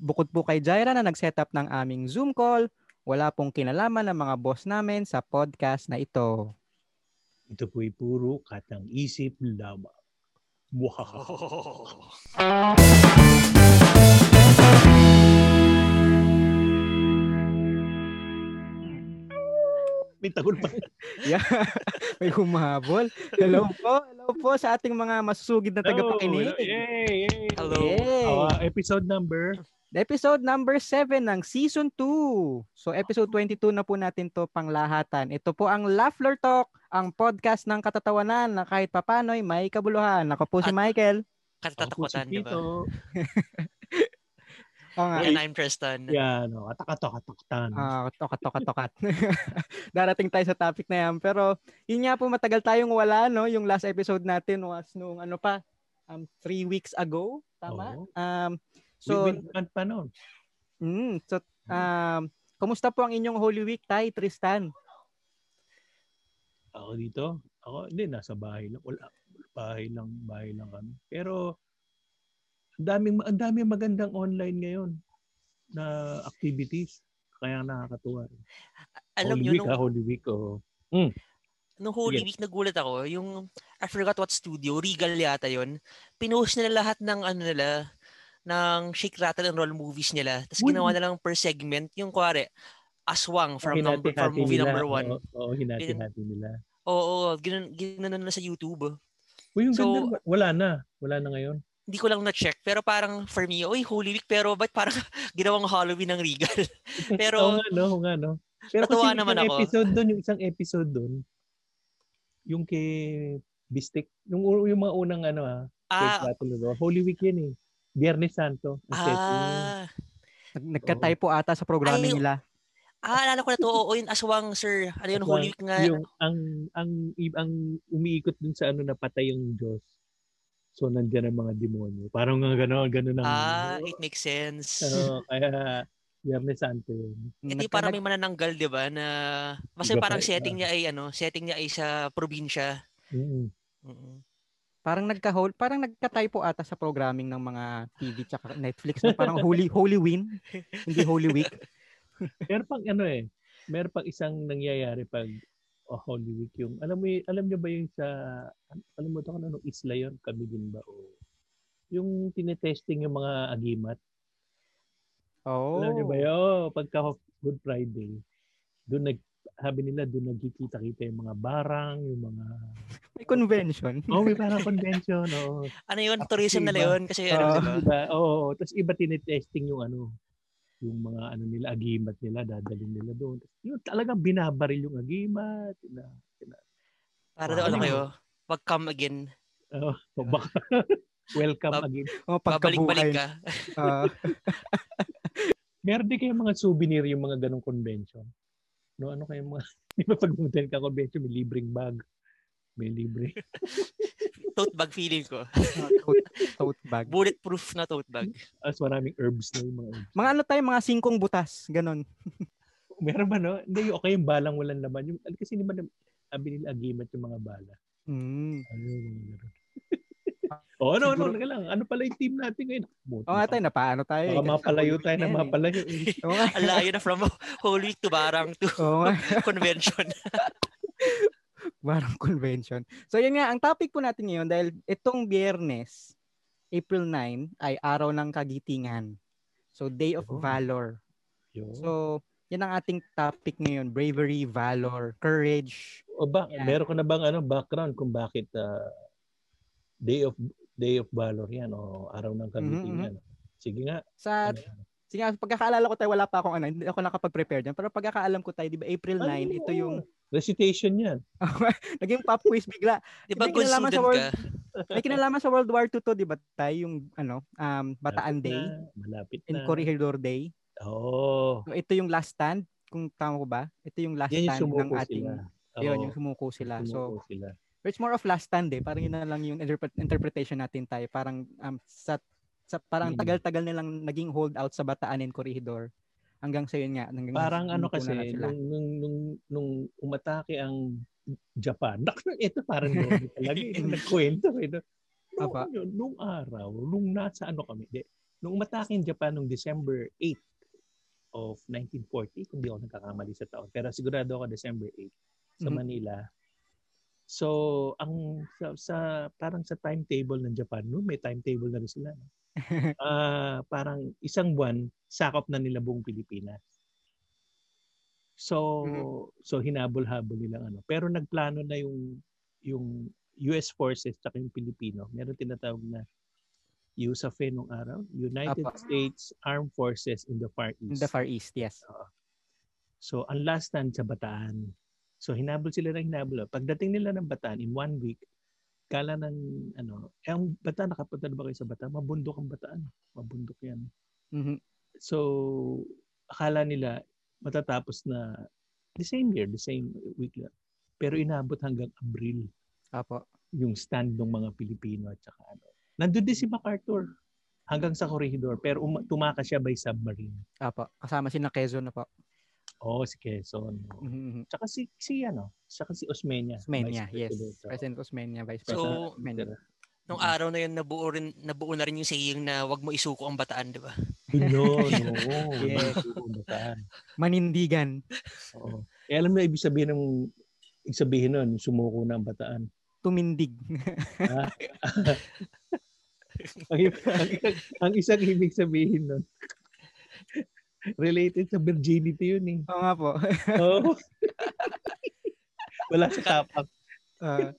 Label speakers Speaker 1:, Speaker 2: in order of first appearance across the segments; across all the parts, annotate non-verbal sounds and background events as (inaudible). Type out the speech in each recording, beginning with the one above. Speaker 1: Bukod po kay Jaira na nag-setup ng aming Zoom call, wala pong kinalaman ng mga boss namin sa podcast na ito. (laughs)
Speaker 2: Ito po'y puro katang isip lamang. Wow! May tagol pa.
Speaker 1: Yeah. May humabol. Hello po. Hello po sa ating mga masusugid na tagapakinig.
Speaker 2: Hello. Yay! Yay!
Speaker 3: Hello.
Speaker 1: Yay!
Speaker 2: Ah, episode number.
Speaker 1: Episode number 7 ng Season 2. So episode 22 na po natin to panglahatan. Ito po ang Laughler Talk, ang podcast ng katatawanan na kahit papano'y may kabuluhan. Ako po si
Speaker 3: At-
Speaker 1: Michael.
Speaker 2: Ako po si
Speaker 3: Katatakutan,
Speaker 1: diba? (laughs)
Speaker 3: di ba?
Speaker 2: Tito. eh.
Speaker 1: O nga.
Speaker 3: And I'm Preston.
Speaker 2: Yan, oh, no. Atak-atak-ataktan.
Speaker 1: Ah, tokat, tokat, tokat. (laughs) Darating tayo sa topic na yan. Pero, yun nga po, matagal tayong wala, no? Yung last episode natin was nung ano pa, um, three weeks ago. Tama?
Speaker 2: Oo.
Speaker 1: Um,
Speaker 2: so,
Speaker 1: so,
Speaker 2: pa noon.
Speaker 1: mm, so um, kumusta po ang inyong Holy Week, Tay, Tristan?
Speaker 2: Ako dito. Ako, hindi, nasa bahay lang. Wala, bahay lang, bahay lang kami. Pero, ang daming, ang daming magandang online ngayon na activities. Kaya nakakatuwa. Holy
Speaker 3: Alam nyo,
Speaker 2: Week,
Speaker 3: nung,
Speaker 2: ah, Holy Week, oh.
Speaker 3: nung Holy
Speaker 2: Sige.
Speaker 3: Week nagulat ako, yung I forgot what studio, Regal yata yon pinost nila lahat ng ano nila, ng Shake Rattle and Roll movies nila. Tapos
Speaker 2: Uy.
Speaker 3: ginawa na lang per segment, yung kuwari, Aswang from,
Speaker 2: Hinati-hati
Speaker 3: number, from movie
Speaker 2: nila.
Speaker 3: number one.
Speaker 2: Oo, oo, hinati-hati nila.
Speaker 3: Oo, oo, ginan, ginanon na sa YouTube.
Speaker 2: Uy, yung
Speaker 3: So-
Speaker 2: ganda, wala na. Wala na ngayon. (laughs)
Speaker 3: Hindi ko lang na-check, pero parang for me, oy, Holy Week, pero ba't parang (laughs) ginawang Halloween ng Regal? pero,
Speaker 2: oo nga, no? Oo nga, no? Pero kasi
Speaker 3: Natuwa
Speaker 2: yung
Speaker 3: naman
Speaker 2: isang
Speaker 3: ako.
Speaker 2: episode doon, yung isang episode doon, yung kay Bistik, yung, yung mga unang ano ah,
Speaker 3: ah,
Speaker 2: ah, Holy Week yun eh. Biyernes Santo. ang setting.
Speaker 3: ah,
Speaker 1: Nag- nagkatay po ata sa programa
Speaker 3: Ay,
Speaker 1: nila.
Speaker 3: Ah, alala ko na to. Oo, yung aswang, sir. Ano yun,
Speaker 2: Aswang.
Speaker 3: Holy Week nga.
Speaker 2: yung ang ang i- ang umiikot dun sa ano napatay yung Diyos. So nandiyan ang mga demonyo. Parang nga gano'n, gano'n ang
Speaker 3: Ah, it makes sense.
Speaker 2: Oo, kaya Biyernes Santo yun.
Speaker 3: Ito yung
Speaker 1: Nagka-
Speaker 3: parang may manananggal, di ba? Na, kasi
Speaker 2: Iba pa,
Speaker 3: parang
Speaker 2: iba.
Speaker 3: setting niya ay, ano, setting niya ay sa probinsya.
Speaker 2: Mm.
Speaker 3: Mm.
Speaker 1: Parang nagka-hold, parang nagkatay po ata sa programming ng mga TV tsaka Netflix na parang
Speaker 2: (laughs)
Speaker 1: Holy Holy Win, hindi Holy Week.
Speaker 2: Meron pang ano eh, meron pang isang nangyayari pag oh, Holy Week yung, alam mo, y- alam niyo ba yung sa, alam mo ito kung anong isla yun, kami din ba? O, yung tinetesting yung mga agimat.
Speaker 1: Oh.
Speaker 2: Alam niyo ba yun? Oh, pagka Good Friday, doon nag, sabi nila doon nagkikita-kita yung mga barang, yung mga,
Speaker 1: May convention. (laughs)
Speaker 2: oh, may
Speaker 3: (laughs)
Speaker 2: parang convention, oo.
Speaker 3: Ano yun,
Speaker 2: Tapos
Speaker 3: tourism na
Speaker 2: iba.
Speaker 3: yun. Kasi, ano,
Speaker 1: Ah.
Speaker 3: di ba?
Speaker 2: Iba, oo, tapos iba tinetesting yung ano, yung mga ano nila, agimat nila, dadalhin nila doon. Yun, talagang binabaril yung agimat. Na,
Speaker 3: Para
Speaker 2: Ah,
Speaker 3: daw, ano
Speaker 2: ano
Speaker 3: kayo, wag come again.
Speaker 2: O
Speaker 3: Diba?
Speaker 2: baka (laughs) welcome
Speaker 3: Bab-
Speaker 2: again.
Speaker 1: Oh, pagkabuhay.
Speaker 3: Babalik-balik ka.
Speaker 1: Ah,
Speaker 2: Meron din kayong mga souvenir yung mga ganong convention. No, ano kayong mga, (laughs) di ba pag pumunta ka convention, may libreng bag. May
Speaker 3: (laughs)
Speaker 2: libre.
Speaker 3: Tote bag feeling ko.
Speaker 1: tote, tote bag.
Speaker 3: Bulletproof na tote bag.
Speaker 2: As maraming herbs na yung mga herbs.
Speaker 1: Mga ano tayo, mga singkong butas, ganon.
Speaker 2: Meron ba no? Hindi, yung okay yung balang walang laman. Yung, kasi di ba na- sabi nila agimat yung mga bala.
Speaker 1: Mm.
Speaker 2: Ano yung mga
Speaker 1: (laughs)
Speaker 2: ganun. oh, ano, ano,
Speaker 1: Siguro-
Speaker 2: ano lang. Ano pala yung team natin ngayon? Buti
Speaker 1: Oo nga tayo, napaano tayo. eh,
Speaker 2: Baka
Speaker 1: kasi
Speaker 2: mapalayo
Speaker 1: Holy
Speaker 2: tayo
Speaker 1: Week
Speaker 2: na
Speaker 1: yan eh.
Speaker 2: mapalayo.
Speaker 1: Oo nga.
Speaker 3: Ang layo na from (laughs) Holy Week to Barang to (laughs)
Speaker 1: Oo nga, (laughs)
Speaker 3: convention.
Speaker 1: parang convention. So yun nga, ang topic po natin ngayon, dahil itong biyernes, April 9, ay araw ng kagitingan. So Day of
Speaker 2: Oo.
Speaker 1: Valor.
Speaker 2: Yun.
Speaker 1: So, yan ang ating topic ngayon. Bravery, valor, courage.
Speaker 2: O ba,
Speaker 1: Yeah.
Speaker 2: meron ka na bang ano background kung bakit ah, Day of Day of Valor yan o araw ng kagitingan?
Speaker 1: Mm-hmm.
Speaker 2: Sige nga.
Speaker 1: Sa,
Speaker 2: Ano yan?
Speaker 1: sige, nga, pagkakaalala ko tayo, wala pa akong ano, hindi ako nakapag-prepare dyan. Pero pagkakaalam ko tayo, di ba, April 9,
Speaker 2: Ano?
Speaker 1: ito yung,
Speaker 2: recitation yan.
Speaker 1: naging pop quiz bigla.
Speaker 3: Di ba,
Speaker 1: Hindi,
Speaker 3: good
Speaker 1: kinalaman sa
Speaker 3: student
Speaker 1: world-
Speaker 3: ka?
Speaker 1: May kinalaman sa World War II to, di ba, tayo yung, ano, um, Bataan
Speaker 2: Malapit
Speaker 1: Day
Speaker 2: na, malapit
Speaker 1: and
Speaker 2: na.
Speaker 1: Corregidor Day.
Speaker 2: Oo.
Speaker 1: So, ito yung last stand, kung tama ko ba? Ito yung last
Speaker 2: Yan yung
Speaker 1: stand ng
Speaker 2: sumuko
Speaker 1: ating,
Speaker 2: sila.
Speaker 1: yun,
Speaker 2: Oo,
Speaker 1: yung sumuko sila. So,
Speaker 2: sumuko sila.
Speaker 1: It's more of last stand eh. Parang yun na lang yung interpre- interpretation natin tayo. Parang um, sa, sa parang
Speaker 2: Mm.
Speaker 1: tagal-tagal nilang naging hold out sa Bataan and Corregidor. Hanggang sa yun nga. Hanggang
Speaker 2: Parang
Speaker 1: naging
Speaker 2: ano kasi,
Speaker 1: una na sila.
Speaker 2: nung, nung, nung, nung umatake ang Japan, (laughs) naku, ito parang eh, noon
Speaker 1: (laughs)
Speaker 2: talaga, ito nagkwento. Ito. Nung,
Speaker 1: Apa.
Speaker 2: ano, nung araw, nung nasa ano kami, di, Nung umatake ang Japan noong December 8 of 1940, kung di ako nagkakamali sa taon. Pero sigurado ako December 8 sa
Speaker 1: Mhm.
Speaker 2: Manila. So, ang sa, sa parang sa timetable ng Japan, no, may timetable na rin sila. no? Ah, parang isang buwan sakop na nila buong Pilipinas. So,
Speaker 1: Mm-hmm.
Speaker 2: so hinabol-habol nila ano. Pero nagplano na yung yung US forces at yung Pilipino. Meron tinatawag na USAFE E nung araw, United
Speaker 1: Apa.
Speaker 2: States Armed Forces in the Far
Speaker 1: In
Speaker 2: East.
Speaker 1: the Far East, yes.
Speaker 2: So, ang last stand sa Bataan. So, hinabol sila ng hinabol. Pagdating nila ng Bataan, in one week, kala ng, ano, eh, ang Bataan, nakapunta na ba kayo sa Bataan? Mabundok ang Bataan. Mabundok yan.
Speaker 1: Mhm.
Speaker 2: So, akala nila matatapos na the same year, the same week lang. Pero inabot hanggang Abril
Speaker 1: Apo.
Speaker 2: yung stand ng mga Pilipino at saka ano. Nandun din si MacArthur hanggang sa corridor pero uma- tumakas siya by submarine.
Speaker 1: Apo. Kasama si na Quezon na po.
Speaker 2: Oo, si Quezon. oo.
Speaker 1: Mhm.
Speaker 2: Tsaka si, si ano, tsaka si Osmeña.
Speaker 1: Osmeña,
Speaker 2: Vice
Speaker 1: yes.
Speaker 2: President, oo.
Speaker 1: President Osmeña, Vice
Speaker 3: So,
Speaker 1: President Osmeña.
Speaker 2: Etcetera.
Speaker 3: Nung
Speaker 2: Mm.
Speaker 3: araw na yun, nabuo, rin, nabuo na rin yung saying na wag mo isuko ang bataan, di ba?
Speaker 2: Yun, oo.
Speaker 1: (laughs) Yes.
Speaker 2: Oo, bataan.
Speaker 1: Manindigan.
Speaker 2: Oo. Eh, alam mo, ibig sabihin ng ibig sabihin nun, sumuko na ang bataan.
Speaker 1: Tumindig.
Speaker 2: ang, ibig- ang, isang, ang isang ibig sabihin nun, related sa virginity yun eh.
Speaker 1: Oo nga po.
Speaker 2: Oo. Wala sa tapak.
Speaker 1: (laughs) Ah,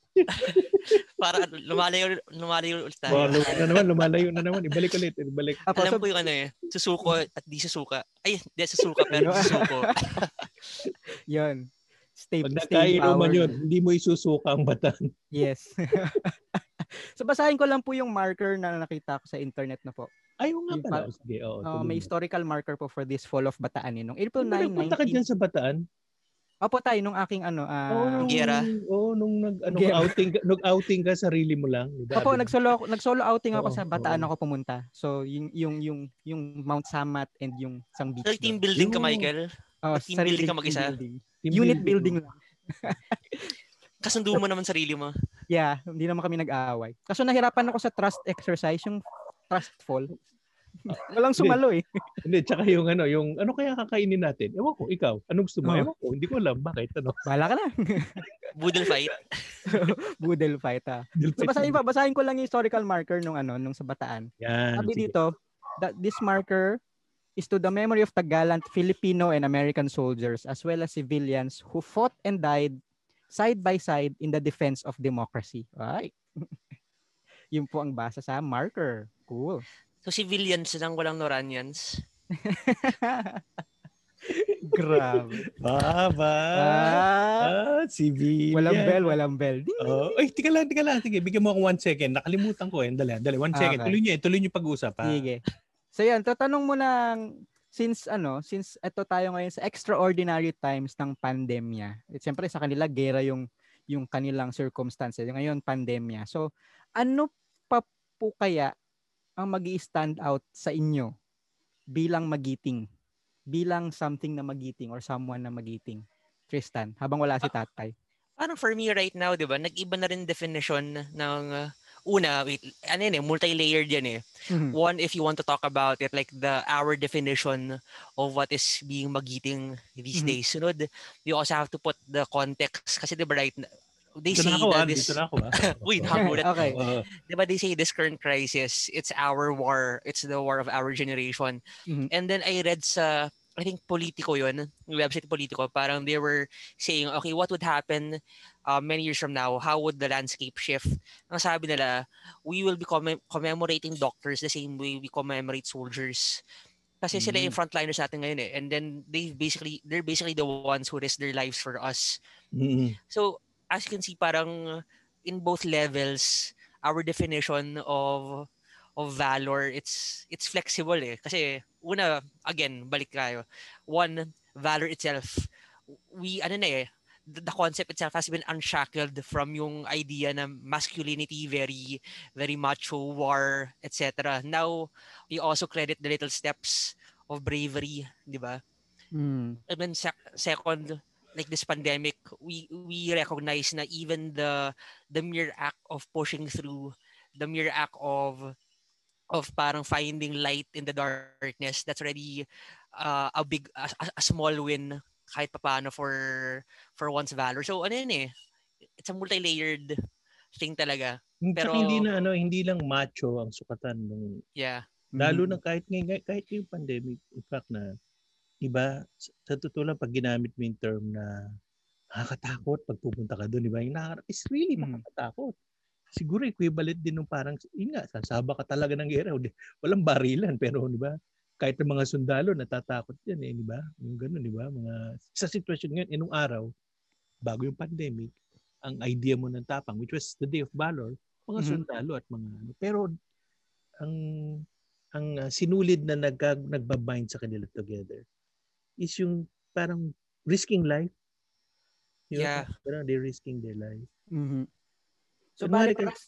Speaker 3: Para lumalayo, lumalayo ulit
Speaker 2: Wala
Speaker 3: tayo.
Speaker 2: na naman, lumalayo na naman. Ibalik ulit, ibalik.
Speaker 1: apo,
Speaker 3: Alam
Speaker 1: so,
Speaker 3: ko yung ano eh, susuko
Speaker 2: Hmm.
Speaker 3: at di susuka. Ay, di susuka pero di
Speaker 2: (laughs)
Speaker 3: susuko.
Speaker 1: yun. Stay,
Speaker 2: Pag
Speaker 1: stay
Speaker 2: nakainuman
Speaker 1: power.
Speaker 2: yun, hindi mo isusuka ang bataan.
Speaker 1: Yes. (laughs) so basahin ko lang po yung marker na nakita ko sa internet na po.
Speaker 2: Ayaw nga
Speaker 1: Yung
Speaker 2: pala.
Speaker 1: pa-
Speaker 2: Sige, oo.
Speaker 1: Ah, may
Speaker 2: Oh, tuloy mo.
Speaker 1: historical marker po for this fall of Bataan eh. Nung April 9,
Speaker 2: Nung Nagpunta
Speaker 1: 19...
Speaker 2: ka dyan sa bataan?
Speaker 1: Opo tayo, nung aking ano... ah,
Speaker 2: Oo, nung,
Speaker 3: Gera.
Speaker 2: Oo, nung nag, ano,
Speaker 1: Gera.
Speaker 2: outing, ka- nag-outing ka sarili mo lang. Diba?
Speaker 1: Opo, nag-solo, nag-solo outing ako
Speaker 2: Oo,
Speaker 1: sa Bataan
Speaker 2: oo.
Speaker 1: ako pumunta. So, yung, yung, yung, yung Mount Samat and yung isang beach.
Speaker 3: Sa
Speaker 1: doon.
Speaker 3: team building ka,
Speaker 2: Yung-
Speaker 3: Michael.
Speaker 1: Oh,
Speaker 3: team
Speaker 1: sarili
Speaker 3: building ka
Speaker 1: team
Speaker 3: mag-isa?
Speaker 1: building. Unit building lang.
Speaker 3: Kasundo mo naman sarili mo.
Speaker 1: Yeah, hindi naman kami nag-aaway. Kaso nahirapan ako sa trust exercise, yung trust fall. Walang sumalo eh.
Speaker 2: Hindi, tsaka yung ano, yung ano kaya kakainin natin? Ewan ko, ikaw. Anong gusto mo?
Speaker 1: Oo.
Speaker 2: Ewan ko, hindi ko alam. Bakit? Ano?
Speaker 1: Bahala ka na. (laughs)
Speaker 3: Boodle fight.
Speaker 1: Budel fight ah. So basahin pa, basahin ko lang yung historical marker nung ano, nung sa Bataan. Sabi
Speaker 2: Yan. Ano, sige.
Speaker 1: dito, that this marker is to the memory of the gallant Filipino and American soldiers as well as civilians who fought and died side by side in the defense of democracy. Ay. (laughs) Yun po ang basa sa marker. Cool.
Speaker 3: So civilians lang, walang Noranians.
Speaker 1: Grabe.
Speaker 2: Ba, ba.
Speaker 1: Ah,
Speaker 2: Ah, civilian.
Speaker 1: walang bell, walang bell. Ding.
Speaker 2: Oh, ay, tika lang, tika lang. Sige, bigyan mo ako one second. Nakalimutan ko eh. Dali, dali. One
Speaker 1: Ah,
Speaker 2: second.
Speaker 1: Okay.
Speaker 2: Tuloy niyo eh. Tuloy niyo pag-usap ha.
Speaker 1: Sige. So yan, tatanong mo lang since ano, since eto tayo ngayon sa extraordinary times ng pandemya. At siyempre sa kanila gera yung yung kanilang circumstances. Ngayon pandemya. So ano pa po kaya ang magi stand out sa inyo bilang magiting? Bilang something na magiting or someone na magiting? Tristan, habang wala si tatay.
Speaker 3: Parang for me right now, di ba, nag-iba na rin definition ng uh, una, wait, ano yun eh, multi-layered yan eh.
Speaker 1: Mhm.
Speaker 2: Hmm.
Speaker 3: One, if you want to talk about it, like the our definition of what is being magiting
Speaker 2: Mm-hmm.
Speaker 3: these
Speaker 1: Mhm.
Speaker 3: days. Sunod, you also have to put the context. Kasi di ba right, they
Speaker 2: Dito
Speaker 3: say
Speaker 2: na ako ah.
Speaker 3: that this,
Speaker 2: Dito
Speaker 3: (laughs)
Speaker 2: na ako ah.
Speaker 3: Uy,
Speaker 2: Oo.
Speaker 1: (laughs)
Speaker 3: nakagulat.
Speaker 1: okay.
Speaker 2: Oo.
Speaker 3: di ba they say this current crisis, it's our war. It's the war of our generation.
Speaker 1: Mhm.
Speaker 3: And then I read sa, I think Politico yun, yung website Politico, parang they were saying, okay, what would happen uh, many years from now? How would the landscape shift? Ang sabi nila, we will be commem- commemorating doctors the same way we commemorate soldiers. Kasi sila
Speaker 2: Mm.
Speaker 3: yung frontliners natin ngayon eh. And then they basically, they're basically the ones who risk their lives for us.
Speaker 1: (laughs)
Speaker 2: Mm-mm.
Speaker 3: So, as you can see, parang in both levels, our definition of of valor, it's it's flexible eh. Kasi una, again, balik tayo. One, valor itself. We, ano na eh, the the concept itself has been unshackled from yung idea na masculinity, very, very macho, war, etc. Now, we also credit the little steps of bravery, di ba?
Speaker 1: Mm.
Speaker 3: and then sec- second like this pandemic we we recognize na even the the mere act of pushing through the mere act of of parang finding light in the darkness that's already uh, a big a, a small win kahit papaano for for one's valor so ano yun eh it's a multi-layered thing talaga
Speaker 2: Pero
Speaker 3: Pero-
Speaker 2: hindi na ano, hindi lang macho ang sukatan nung
Speaker 3: yeah
Speaker 1: Mm.
Speaker 2: lalo na kahit ngayon kahit yung pandemic in fact na iba sa totoo lang pag ginamit mo yung term na nakakatakot pag pupunta ka doon, di ba? Yung nakaka- it's really
Speaker 1: Mm.
Speaker 2: nakakatakot. Siguro equivalent din nung parang, yun nga, sasaba ka talaga ng gera. Hindi- Walang barilan, pero di ba? Kahit ang mga sundalo, natatakot yan eh, di ba? Yung ganun, di ba? Mga, sa sitwasyon ngayon, eh, nung araw, bago yung pandemic, ang idea mo ng tapang, which was the Day of Valor, mga
Speaker 1: Mhm.
Speaker 2: sundalo at mga ano. Pero, ang ang ah, sinulid na nag, nagbabind sa kanila together is yung parang risking life. Yun,
Speaker 3: Yeah.
Speaker 2: Parang they're risking their life.
Speaker 1: Mhm. So,
Speaker 2: Ano,
Speaker 1: bali,
Speaker 2: halika-
Speaker 1: parang,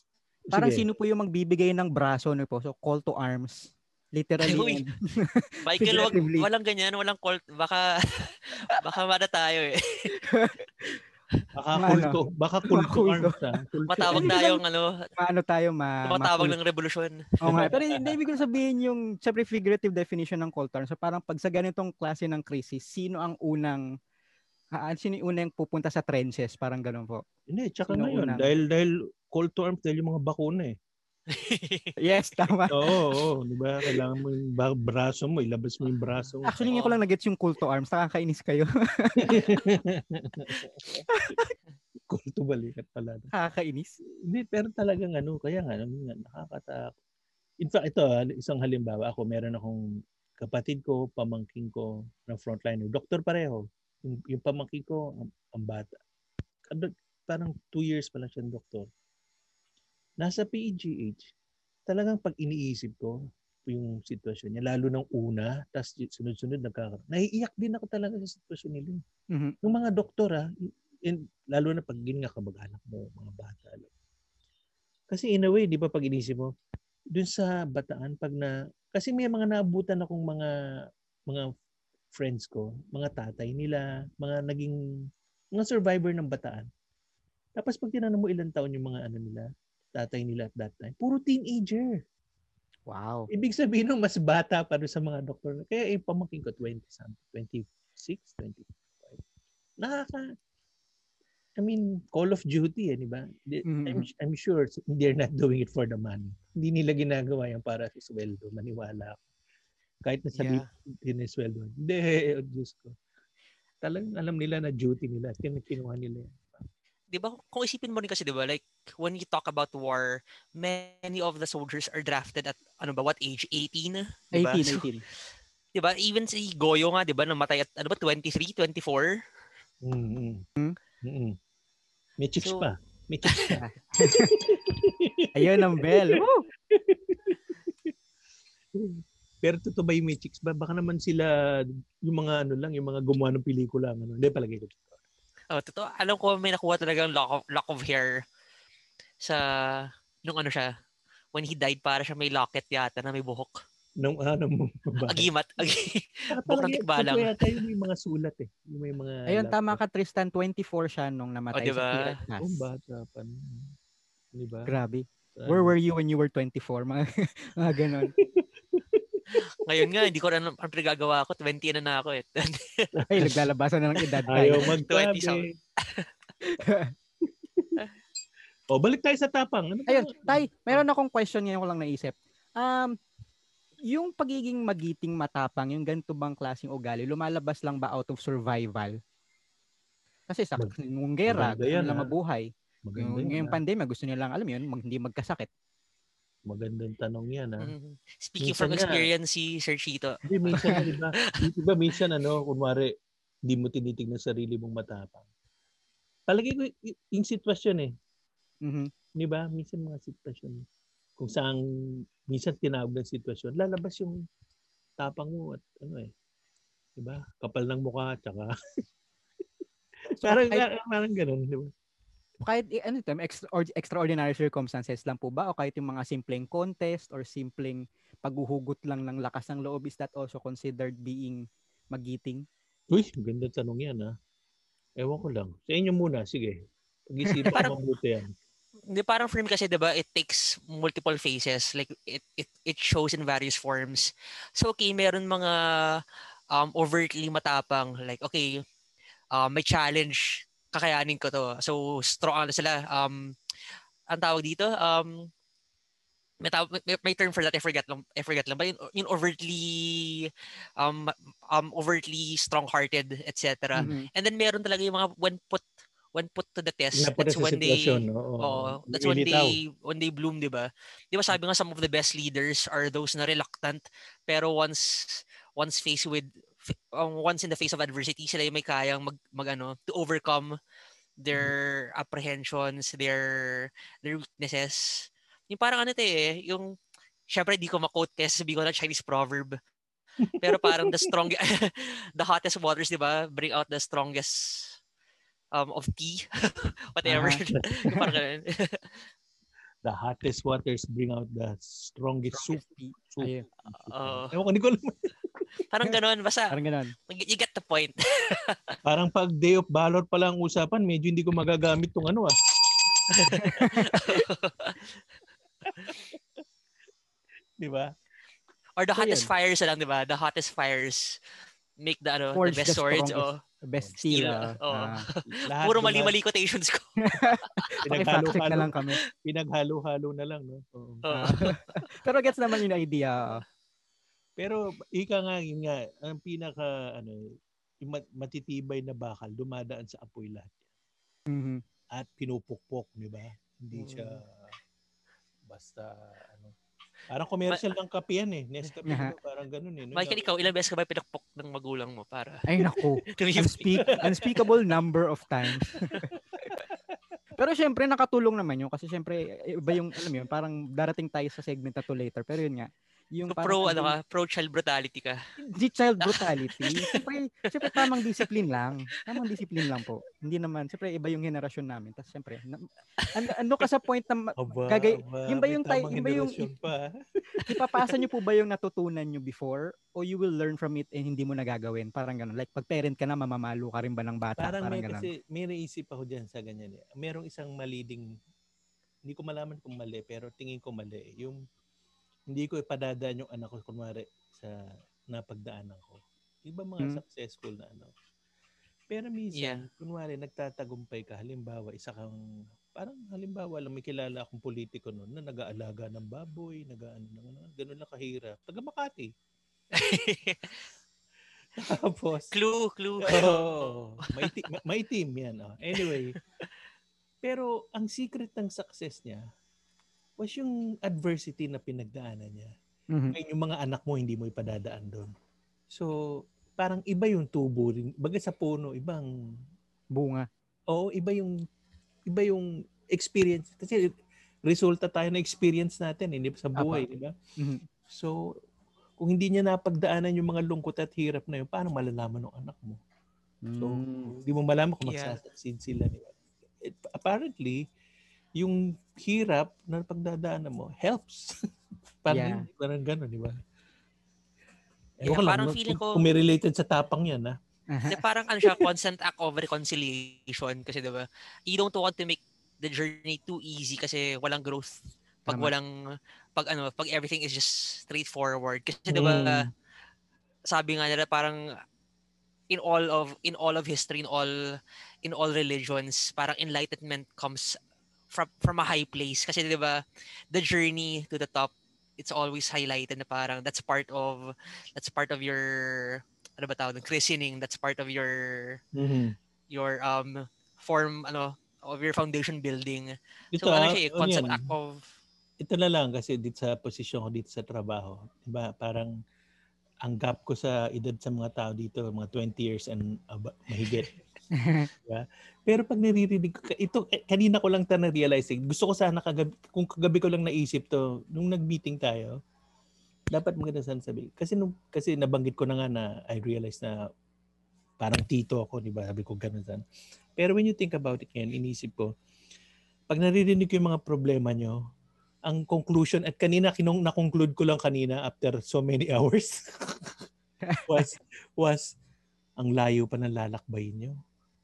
Speaker 1: parang
Speaker 2: Sige.
Speaker 1: sino po yung magbibigay ng braso niyo po? So, call to arms. Literally.
Speaker 3: Uy.
Speaker 1: and-
Speaker 3: Michael wag,
Speaker 1: Figuratively.
Speaker 3: walang ganyan walang call baka (laughs) baka mada tayo eh
Speaker 2: Baka
Speaker 1: Ano?
Speaker 2: kulto. Baka kulto
Speaker 1: Kulto.
Speaker 2: arms ah. Kulto
Speaker 3: matawag
Speaker 2: arms.
Speaker 3: tayong ano
Speaker 1: Maano tayo ma...
Speaker 3: tumatawag
Speaker 1: ma-
Speaker 3: ng revolusyon
Speaker 1: Oo nga. Pero hindi ibig ko sabihin yung syempre figurative definition ng call to arms. So parang pag sa ganitong klase ng crisis, sino ang unang ah, sino yung unang pupunta sa trenches? Parang ganun
Speaker 3: (laughs)
Speaker 1: po.
Speaker 2: Hindi, tsaka
Speaker 1: Sino
Speaker 2: ngayon.
Speaker 1: una?
Speaker 2: Dahil, dahil kulto arms dahil yung mga bakuna
Speaker 1: (laughs)
Speaker 2: eh.
Speaker 1: Yes, tama.
Speaker 2: Oo, oo. Di ba? Kailangan mo yung ba- braso mo. Ilabas mo yung braso mo. (laughs)
Speaker 1: Actually, (laughs) hindi ko lang nag-gets yung call to arms. Nakakainis kayo. (laughs)
Speaker 2: kulto balikat pala.
Speaker 1: Nakakainis.
Speaker 2: Hindi, pero talagang ano, kaya nga, ano, nga, nakakatakot. In fact, ito, ah, isang halimbawa ako, meron akong kapatid ko, pamangking ko ng frontliner. Doktor pareho. Yung, yung pamangking ko, ang, ang bata. Ano, Parang two years pala siyang doktor. Nasa PEGH, talagang pag iniisip ko yung sitwasyon niya, lalo nung una, tapos y- sunod-sunod nagkakaroon. Naiiyak din ako talaga sa sitwasyon nila eh.
Speaker 1: Mhm.
Speaker 2: yung mga doktor ah, in, lalo na pag yun nga kamag-anak mo, mga bata. alam mo. Kasi in a way, di ba pag inisip mo, dun sa bataan, pag na, kasi may mga naabutan akong mga, mga friends ko, mga tatay nila, mga naging, mga survivor ng bataan. Tapos pag tinanong mo ilang taon yung mga ano nila, tatay nila at that time, puro teenager.
Speaker 1: Wow.
Speaker 2: Ibig sabihin nung mas bata pa rin sa mga doktor. Kaya eh, pamangkin ko, 20 something, 26, 25. Nakaka, I mean, call of duty, eh, di ba? Di- I'm,
Speaker 1: Mhm.
Speaker 2: I'm sure they're not doing it for the money. Hindi nila ginagawa yan para sa sweldo, maniwala ako. Kahit na sabi
Speaker 3: yeah.
Speaker 2: din yung sweldo. Hindi, oh, Diyos ko. Talagang alam nila na duty nila at kin- kinuha nila yan.
Speaker 3: 'di ba? Kung isipin mo rin kasi 'di ba, like when you talk about war, many of the soldiers are drafted at ano ba what age? 18, 'di ba?
Speaker 1: 18,
Speaker 3: So,
Speaker 1: 18.
Speaker 3: 'Di ba? Even si Goyo nga 'di ba namatay at ano ba 23, 24?
Speaker 2: Mm-hmm.
Speaker 1: Hmm?
Speaker 2: Mm-hmm. May chips
Speaker 3: So-
Speaker 2: pa. May chips pa.
Speaker 1: Ayun ang bell.
Speaker 3: (laughs)
Speaker 1: Woo!
Speaker 2: Pero totoo ba yung may chicks ba? Baka naman sila, yung mga ano lang, yung mga gumawa ng pelikula. ang Ano. Hindi, palagay ko.
Speaker 3: Oh, totoo. Alam ko may nakuha talagang lock of, lock of hair sa nung ano siya when he died para siya may locket yata na may buhok.
Speaker 2: Nung ano mo.
Speaker 3: Agimat. Agi. (laughs) Buhok ng tikbalang.
Speaker 2: Ito yata yung may mga sulat eh. Yung may mga...
Speaker 1: Ayun, tama ka Tristan. 24 siya nung namatay
Speaker 3: O, diba?
Speaker 1: sa Pilipinas.
Speaker 2: Oh, bata pa. nun. Di ba?
Speaker 1: Grabe. Where
Speaker 2: Ano?
Speaker 1: were you when you were 24? (laughs) Mga, mga ganun.
Speaker 3: Ngayon nga hindi ko na ano ang gagawa ko. 20 na na ako eh. (laughs)
Speaker 2: (laughs)
Speaker 1: Ay, naglalabasan na ng edad tayo.
Speaker 2: Ayaw magkabi.
Speaker 3: 20
Speaker 2: (laughs) o, Oh, balik tayo sa tapang. Ano ba?
Speaker 1: Ayun, Tay, meron akong question ngayon ko lang naisip. Um, yung pagiging magiting matapang, yung ganito bang klaseng ugali, lumalabas lang ba out of survival? Kasi sa
Speaker 2: Mag-
Speaker 1: nung gera,
Speaker 2: maganda
Speaker 1: gusto
Speaker 2: yan,
Speaker 1: nilang
Speaker 2: ha?
Speaker 1: mabuhay.
Speaker 2: Maganda
Speaker 1: Yung,
Speaker 2: yan.
Speaker 1: ngayong
Speaker 2: ah.
Speaker 1: pandemya, gusto nilang, alam yun, mag, hindi magkasakit.
Speaker 2: Magandang tanong yan. ah. Ha?
Speaker 3: Mm. Speaking
Speaker 2: Minsan
Speaker 3: from
Speaker 2: nga.
Speaker 3: experience si Sir Chito.
Speaker 2: Hindi,
Speaker 3: (laughs)
Speaker 2: minsan, nga, di ba? Di ba minsan, ano, kunwari, di mo tinitignan sarili mong matapang. Palagi ko, y- yung sitwasyon eh,
Speaker 1: Mhm.
Speaker 2: di ba? Minsan mga sitwasyon, kung saan, minsan tinawag ng sitwasyon, lalabas yung tapang mo at ano eh, di ba? Kapal ng mukha,
Speaker 3: (laughs)
Speaker 2: tsaka,
Speaker 1: So,
Speaker 2: parang,
Speaker 1: kahit,
Speaker 2: parang ganun, di ba?
Speaker 1: kahit, eh, ano ito, extra, extraordinary circumstances lang po ba? O kahit yung mga simpleng contest or simpleng paghuhugot lang ng lakas ng loob, is that also considered being magiting?
Speaker 2: Uy, ganda tanong yan ah. Ewan ko lang. Sa inyo muna, sige. Pag-isipan
Speaker 3: (laughs) Parang-
Speaker 2: mabuti yan.
Speaker 3: hindi parang for me kasi 'di ba it takes multiple phases like it it it shows in various forms so okay meron mga um overtly matapang like okay uh, may challenge kakayanin ko to so strong ano sila um ang tawag dito um may, tawag, may, may term for that I forget lang I forget lang but yung, yung overtly um um overtly strong-hearted etc
Speaker 1: Mhm.
Speaker 2: Mm-hmm.
Speaker 3: and then meron talaga yung mga when put when put to the test
Speaker 2: Napunta
Speaker 3: that's
Speaker 2: sa
Speaker 3: when they
Speaker 2: sitwasyon, oo.
Speaker 3: Oh, that's when
Speaker 2: Lilitaw.
Speaker 3: they when they bloom, 'di ba? 'Di ba sabi nga some of the best leaders are those na reluctant pero once once faced with um, once in the face of adversity, sila yung may kayang mag, mag ano, to overcome their apprehensions, their their weaknesses. Yung parang ano 'to eh, yung syempre di ko ma-quote kasi sabi ko na Chinese proverb. Pero parang the strong (laughs) the hottest waters, 'di ba? Bring out the strongest um of tea (laughs) whatever
Speaker 1: Ah.
Speaker 3: Yung (laughs) parang ganun.
Speaker 2: The hottest waters bring out the
Speaker 1: Mm-hmm.
Speaker 2: strongest soup. soup.
Speaker 1: Ayun,
Speaker 3: Oo.
Speaker 2: Ewan ko, hindi ko
Speaker 3: (laughs)
Speaker 2: alam.
Speaker 3: parang ganun. Basta,
Speaker 1: parang ganun.
Speaker 3: you get the point.
Speaker 2: Parang pag day of valor pa lang usapan, medyo hindi ko magagamit tong ano
Speaker 3: (laughs)
Speaker 2: ah. Di ba?
Speaker 3: Or the
Speaker 2: So,
Speaker 3: hottest fires na lang, di ba? The hottest fires make the, ano,
Speaker 1: Forge
Speaker 3: the best
Speaker 1: the
Speaker 3: swords.
Speaker 1: strongest.
Speaker 3: Oh.
Speaker 1: Best steel.
Speaker 3: Steel,
Speaker 1: ah.
Speaker 3: oo. (laughs)
Speaker 1: Ah,
Speaker 2: Lahat
Speaker 3: Puro
Speaker 2: ng mga
Speaker 3: mali-mali quotations ko.
Speaker 1: Paki-fact check na
Speaker 2: Pinaghalo-halo,
Speaker 1: lang kami.
Speaker 2: pinaghalo-halo na lang. No? Oo.
Speaker 1: Ah,
Speaker 3: Oo.
Speaker 1: Pero gets naman yung idea. ah. oo.
Speaker 2: Pero ika nga, yun nga, ang pinaka, ano, yung mat- matitibay na bakal, dumadaan sa apoy lahat.
Speaker 1: Mhm.
Speaker 2: At pinupukpok, di ba?
Speaker 1: Mm-hmm.
Speaker 2: Hindi
Speaker 3: Mm.
Speaker 2: siya, basta, ano. Parang commercial ng kape yan eh. Nescafe,
Speaker 1: Aha.
Speaker 2: no? parang ganun eh. no?
Speaker 3: Michael, ikaw, ilang beses ka ba pinakpok ng magulang mo para
Speaker 1: Ay
Speaker 3: (laughs)
Speaker 1: naku.
Speaker 3: tumibig?
Speaker 1: Unspeak, unspeakable number of times. (laughs) Pero syempre nakatulong naman yun kasi syempre iba yung alam mo yun parang darating tayo sa segment na to later pero yun nga yung
Speaker 3: So,
Speaker 1: parang
Speaker 3: pro, ano
Speaker 1: ano,
Speaker 3: ka, pro child brutality ka.
Speaker 1: Di
Speaker 3: (laughs)
Speaker 1: child brutality. siyempre, siyempre tamang discipline lang. Tamang discipline lang po. Hindi naman, siyempre iba yung henerasyon namin. Tapos siyempre, na, ano, ano ka sa point na ma-
Speaker 2: Aba,
Speaker 1: Kagay-
Speaker 2: aba,
Speaker 1: yun ba
Speaker 2: may
Speaker 1: yung tay-
Speaker 2: tamang
Speaker 1: yun ba yung-
Speaker 2: henerasyon pa. ah.
Speaker 1: ipapasa niyo po ba yung natutunan niyo before o you will learn from it and hindi mo nagagawin? Parang ganun. Like pag parent ka na, mamamalo ka rin ba ng bata?
Speaker 2: Parang
Speaker 1: Parang,
Speaker 2: may,
Speaker 1: ganun.
Speaker 2: kasi, may naisip ako dyan sa ganyan. Eh. Merong isang mali ding, hindi ko malaman kung mali, pero tingin ko mali. eh. Yung, hindi ko ipadadaan yung anak ko, kunwari, sa napagdaanan ko. Iba mga
Speaker 1: Hmm.
Speaker 2: successful na ano. Pero minsan, kunwari, nagtatagumpay ka. Halimbawa, isa kang, parang halimbawa lang, may kilala akong politiko noon na nag-aalaga ng baboy, nag-ano, ano, ganun lang kahirap. Taga Makati. (laughs)
Speaker 3: (laughs)
Speaker 2: Tapos,
Speaker 3: clue,
Speaker 2: (laughs)
Speaker 3: clue.
Speaker 2: Oo. may, ti- ma- may team yan. Oh. Anyway. Pero ang secret ng success niya was yung adversity na pinagdaanan niya.
Speaker 1: Mhm.
Speaker 2: Ngayon, yung mga anak mo, hindi mo ipadadaan doon. So, parang iba yung tubo rin. Baga sa puno, ibang...
Speaker 1: Bunga.
Speaker 2: Oo, iba yung... Iba yung experience. Kasi resulta tayo na experience natin, hindi ba? Sa buhay,
Speaker 1: Apa.
Speaker 2: di ba?
Speaker 1: Mhm.
Speaker 2: So, kung hindi niya napagdaanan yung mga lungkot at hirap na yun, paano malalaman ng anak mo? So,
Speaker 1: Mm.
Speaker 2: hindi mo malaman kung
Speaker 3: Yeah.
Speaker 2: magsasucceed sila. di ba? It, apparently, yung hirap na pagdadaanan mo helps. (laughs) parang,
Speaker 1: Yeah.
Speaker 2: yun, parang gano'n, di ba? Ewan
Speaker 3: Yeah,
Speaker 2: ko lang,
Speaker 3: parang
Speaker 2: no,
Speaker 3: feeling
Speaker 2: kung,
Speaker 3: ko-
Speaker 2: kung may related sa tapang yan, ah. ha?
Speaker 3: Kasi parang ano siya, constant act of reconciliation. Kasi diba, you don't want to make the journey too easy kasi walang growth. Pag
Speaker 1: Tama.
Speaker 3: walang, pag ano, pag everything is just straightforward. Kasi diba,
Speaker 2: Mm.
Speaker 3: sabi nga nila parang in all of in all of history in all in all religions parang enlightenment comes from from a high place kasi 'di ba the journey to the top it's always highlighted na parang that's part of that's part of your ano ba tawag doon? christening that's part of your
Speaker 2: Mm.
Speaker 3: your um form ano of your foundation building
Speaker 2: Ito,
Speaker 3: so
Speaker 2: ah,
Speaker 3: ano siya eh,
Speaker 2: ano
Speaker 3: concept
Speaker 2: yan?
Speaker 3: act of
Speaker 2: ito na lang kasi dito sa posisyon ko dito sa trabaho, 'di ba? Parang ang gap ko sa edad sa mga tao dito, mga 20 years and aba, mahigit. Di ba? Pero pag naririnig ko, ito eh, kanina ko lang ta na-realize. eh. Gusto ko sana kagabi, kung kagabi ko lang naisip to, nung nag-meeting tayo, dapat maganda sana sabi. Kasi nung kasi nabanggit ko na nga na I realized na parang tito ako, 'di ba? Sabi ko ganun sana. Pero when you think about it ngayon, inisip ko, pag naririnig ko yung mga problema nyo, ang conclusion at kanina kinong na-conclude ko lang kanina after so many (laughs) hours was was ang layo pa ng lalakbayin nyo.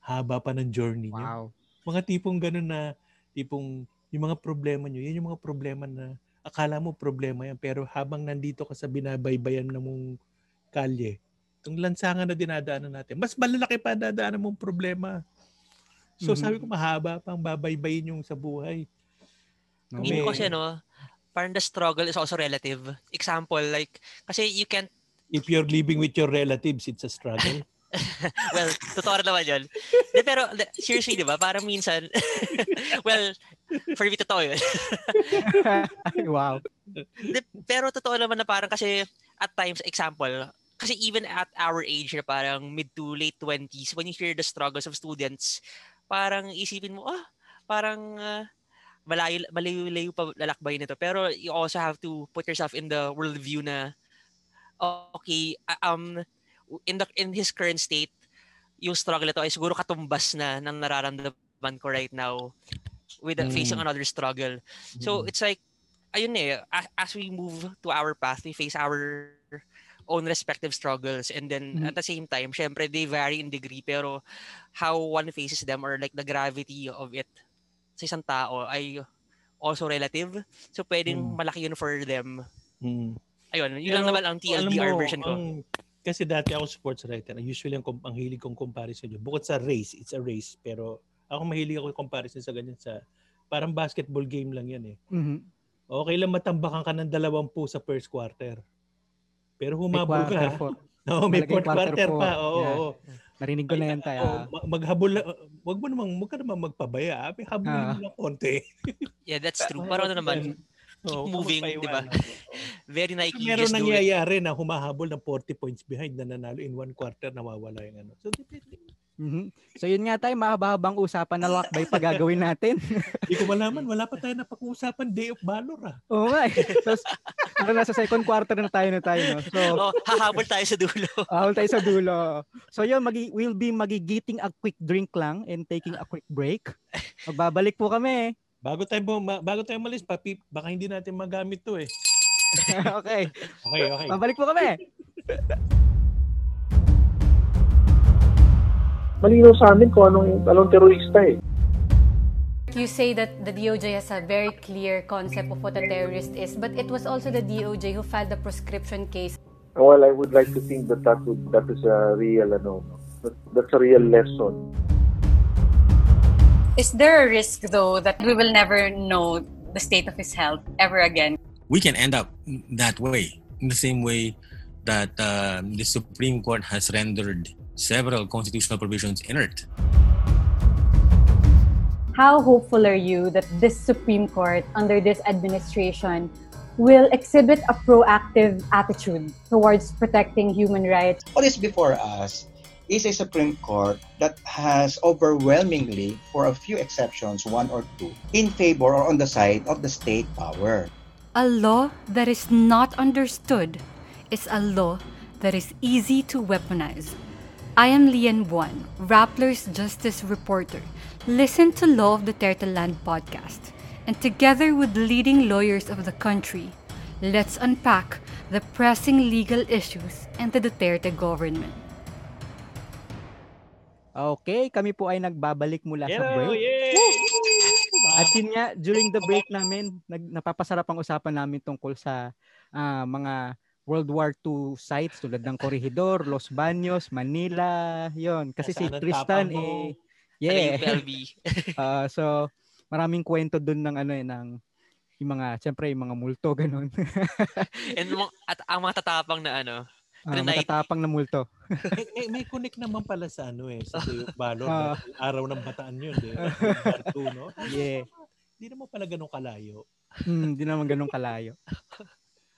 Speaker 2: Haba pa ng journey nyo.
Speaker 1: Mm. wow.
Speaker 2: Mga tipong ganun na tipong yung mga problema nyo, yun yung mga problema na akala mo problema yan. Pero habang nandito ka sa binabaybayan na mong kalye, itong lansangan na dinadaanan natin, mas malalaki pa ang dadaanan mong problema. So
Speaker 1: Mhm.
Speaker 2: sabi ko, mahaba pang babaybayin yung sa buhay.
Speaker 1: No?
Speaker 2: May-
Speaker 3: Hindi
Speaker 1: (laughs)
Speaker 3: ko kasi ano no, parang the struggle is also relative. Example, like, kasi you can't,
Speaker 2: If you're living with your relatives, it's a struggle.
Speaker 3: (laughs) well, totoo rin naman yun. De, pero, de, seriously, di ba? Parang minsan, (laughs) well, for me, totoo yun.
Speaker 1: Ay, wow.
Speaker 3: De, pero totoo naman na parang kasi, at times, example, kasi even at our age na parang mid to late 20s, when you hear the struggles of students, parang isipin mo, ah, parang ah, malayo, malayo-layo pa lalakbay nito. Pero you also have to put yourself in the worldview na, okay, ah, um, in, the, in his current state, yung struggle ito ay siguro katumbas na ng nararamdaman ko right now with
Speaker 2: Mm.
Speaker 3: facing another struggle.
Speaker 2: Mm-hmm.
Speaker 3: So it's like ayun eh as, as we move to our path, we face our own respective struggles and then
Speaker 2: Mm.
Speaker 3: at the same time, syempre they vary in degree pero how one faces them or like the gravity of it sa isang tao ay also relative. So pwedeng
Speaker 2: Mm.
Speaker 3: malaki yun for them.
Speaker 2: Mm.
Speaker 3: Ayun, yun lang
Speaker 2: Pero,
Speaker 3: naman ang
Speaker 2: Oh, Alam
Speaker 3: TLDR
Speaker 2: mo,
Speaker 3: version ko.
Speaker 2: ang- kasi dati ako sports writer. ang Usually ang, kom- ang hilig kong comparison yun. Bukod sa race, it's a race. Pero ako mahilig ako comparison sa ganyan sa parang basketball game lang yan eh.
Speaker 1: Mhm.
Speaker 2: Okay lang matambakan ka ng dalawang po sa first quarter. Pero
Speaker 1: May
Speaker 2: humabol
Speaker 1: quarter
Speaker 2: ka.
Speaker 1: po.
Speaker 2: Oo, may
Speaker 1: Malagay
Speaker 2: fourth
Speaker 1: quarter
Speaker 2: quarter,
Speaker 1: po.
Speaker 2: pa. Oo,
Speaker 1: Yeah.
Speaker 2: oo.
Speaker 1: Narinig ko na yan
Speaker 2: (laughs)
Speaker 1: tayo. ah.
Speaker 2: Oo, ma- maghabol lang. Wag mo namang, wag ka namang magpabaya. Abi, habulin
Speaker 1: Ah.
Speaker 2: mo lang konti.
Speaker 3: Yeah, that's true. Parang ano naman,
Speaker 2: Oo,
Speaker 3: Keep moving,
Speaker 2: kapag
Speaker 3: di ba?
Speaker 2: paiwan.
Speaker 3: very
Speaker 2: Kasi
Speaker 3: Nike,
Speaker 2: meron
Speaker 3: just do it.
Speaker 2: nangyayari na humahabol ng 40 points behind na nanalo in one quarter nawawala yung ano. So depende.
Speaker 1: Mhm. So yun nga tayo, mahaba-habang usapan na lakbay pa gagawin natin.
Speaker 2: Hindi ko malaman, wala pa tayo napag-uusapan Day of Valor ah.
Speaker 1: Oo nga eh. So, s- parang nasa second quarter na tayo na tayo. No? So,
Speaker 3: Oh, hahabol tayo sa dulo. (laughs)
Speaker 1: Ahol tayo sa dulo. So yun, magi- we'll be magigiting a quick drink lang and taking a quick break. Magbabalik po kami. (laughs)
Speaker 2: Bago tayo bum- bago tayo malis, papi, baka hindi natin magamit 'to eh.
Speaker 1: okay,
Speaker 2: Okay, okay.
Speaker 1: babalik po kami.
Speaker 4: malinaw sa amin kung anong, anong terorista eh.
Speaker 5: You say that the DOJ has a very clear concept of what a terrorist is, but it was also the DOJ who filed the proscription case.
Speaker 4: Well, I would like to think that that, would, that is a real, ano, that, that's a real lesson.
Speaker 6: Is there a risk, though, that we will never know the state of his health ever again?
Speaker 7: we can end up that way in the same way that uh, the Supreme Court has rendered several constitutional provisions inert.
Speaker 5: How hopeful are you that this Supreme Court, under this administration, will exhibit a proactive attitude towards protecting human rights?
Speaker 8: what is before us is a Supreme Court that has overwhelmingly, for a few exceptions, one or two, in favor or on the side of the state power.
Speaker 9: A law that is not understood is a law that is easy to weaponize. I am Lian Buan, Rappler's Justice Reporter. Listen to Law of the Tertaland podcast. And together with leading lawyers of the country, let's unpack the pressing legal issues and the Duterte government.
Speaker 1: Okay, kami po ay nagbabalik mula sa
Speaker 2: Hello,
Speaker 1: break.
Speaker 2: yay!
Speaker 1: At yun nga, during the break namin, nag, napapasarap ang usapan namin tungkol sa ah, mga World War II sites tulad ng Corregidor, Los Baños, Manila, yon Kasi si
Speaker 2: Nasaan ang
Speaker 1: Tristan
Speaker 2: tapang mo?
Speaker 1: eh,
Speaker 3: Ano yung
Speaker 1: yeah.
Speaker 3: PLB?
Speaker 1: Ah, so maraming kwento doon ng ano eh ng yung mga syempre yung mga multo (laughs) ganun.
Speaker 3: And mga- at ang mga tatapang na ano,
Speaker 1: Ah,
Speaker 3: Trinity.
Speaker 1: matatapang na multo.
Speaker 2: may, may, may connect naman pala sa ano eh, sa Day of Valor.
Speaker 1: Ah.
Speaker 2: dahil araw ng bataan yun, di ba? World War II, no?
Speaker 1: Yeah.
Speaker 2: Hindi naman pala ganun kalayo.
Speaker 1: Hmm, Hindi naman ganun kalayo.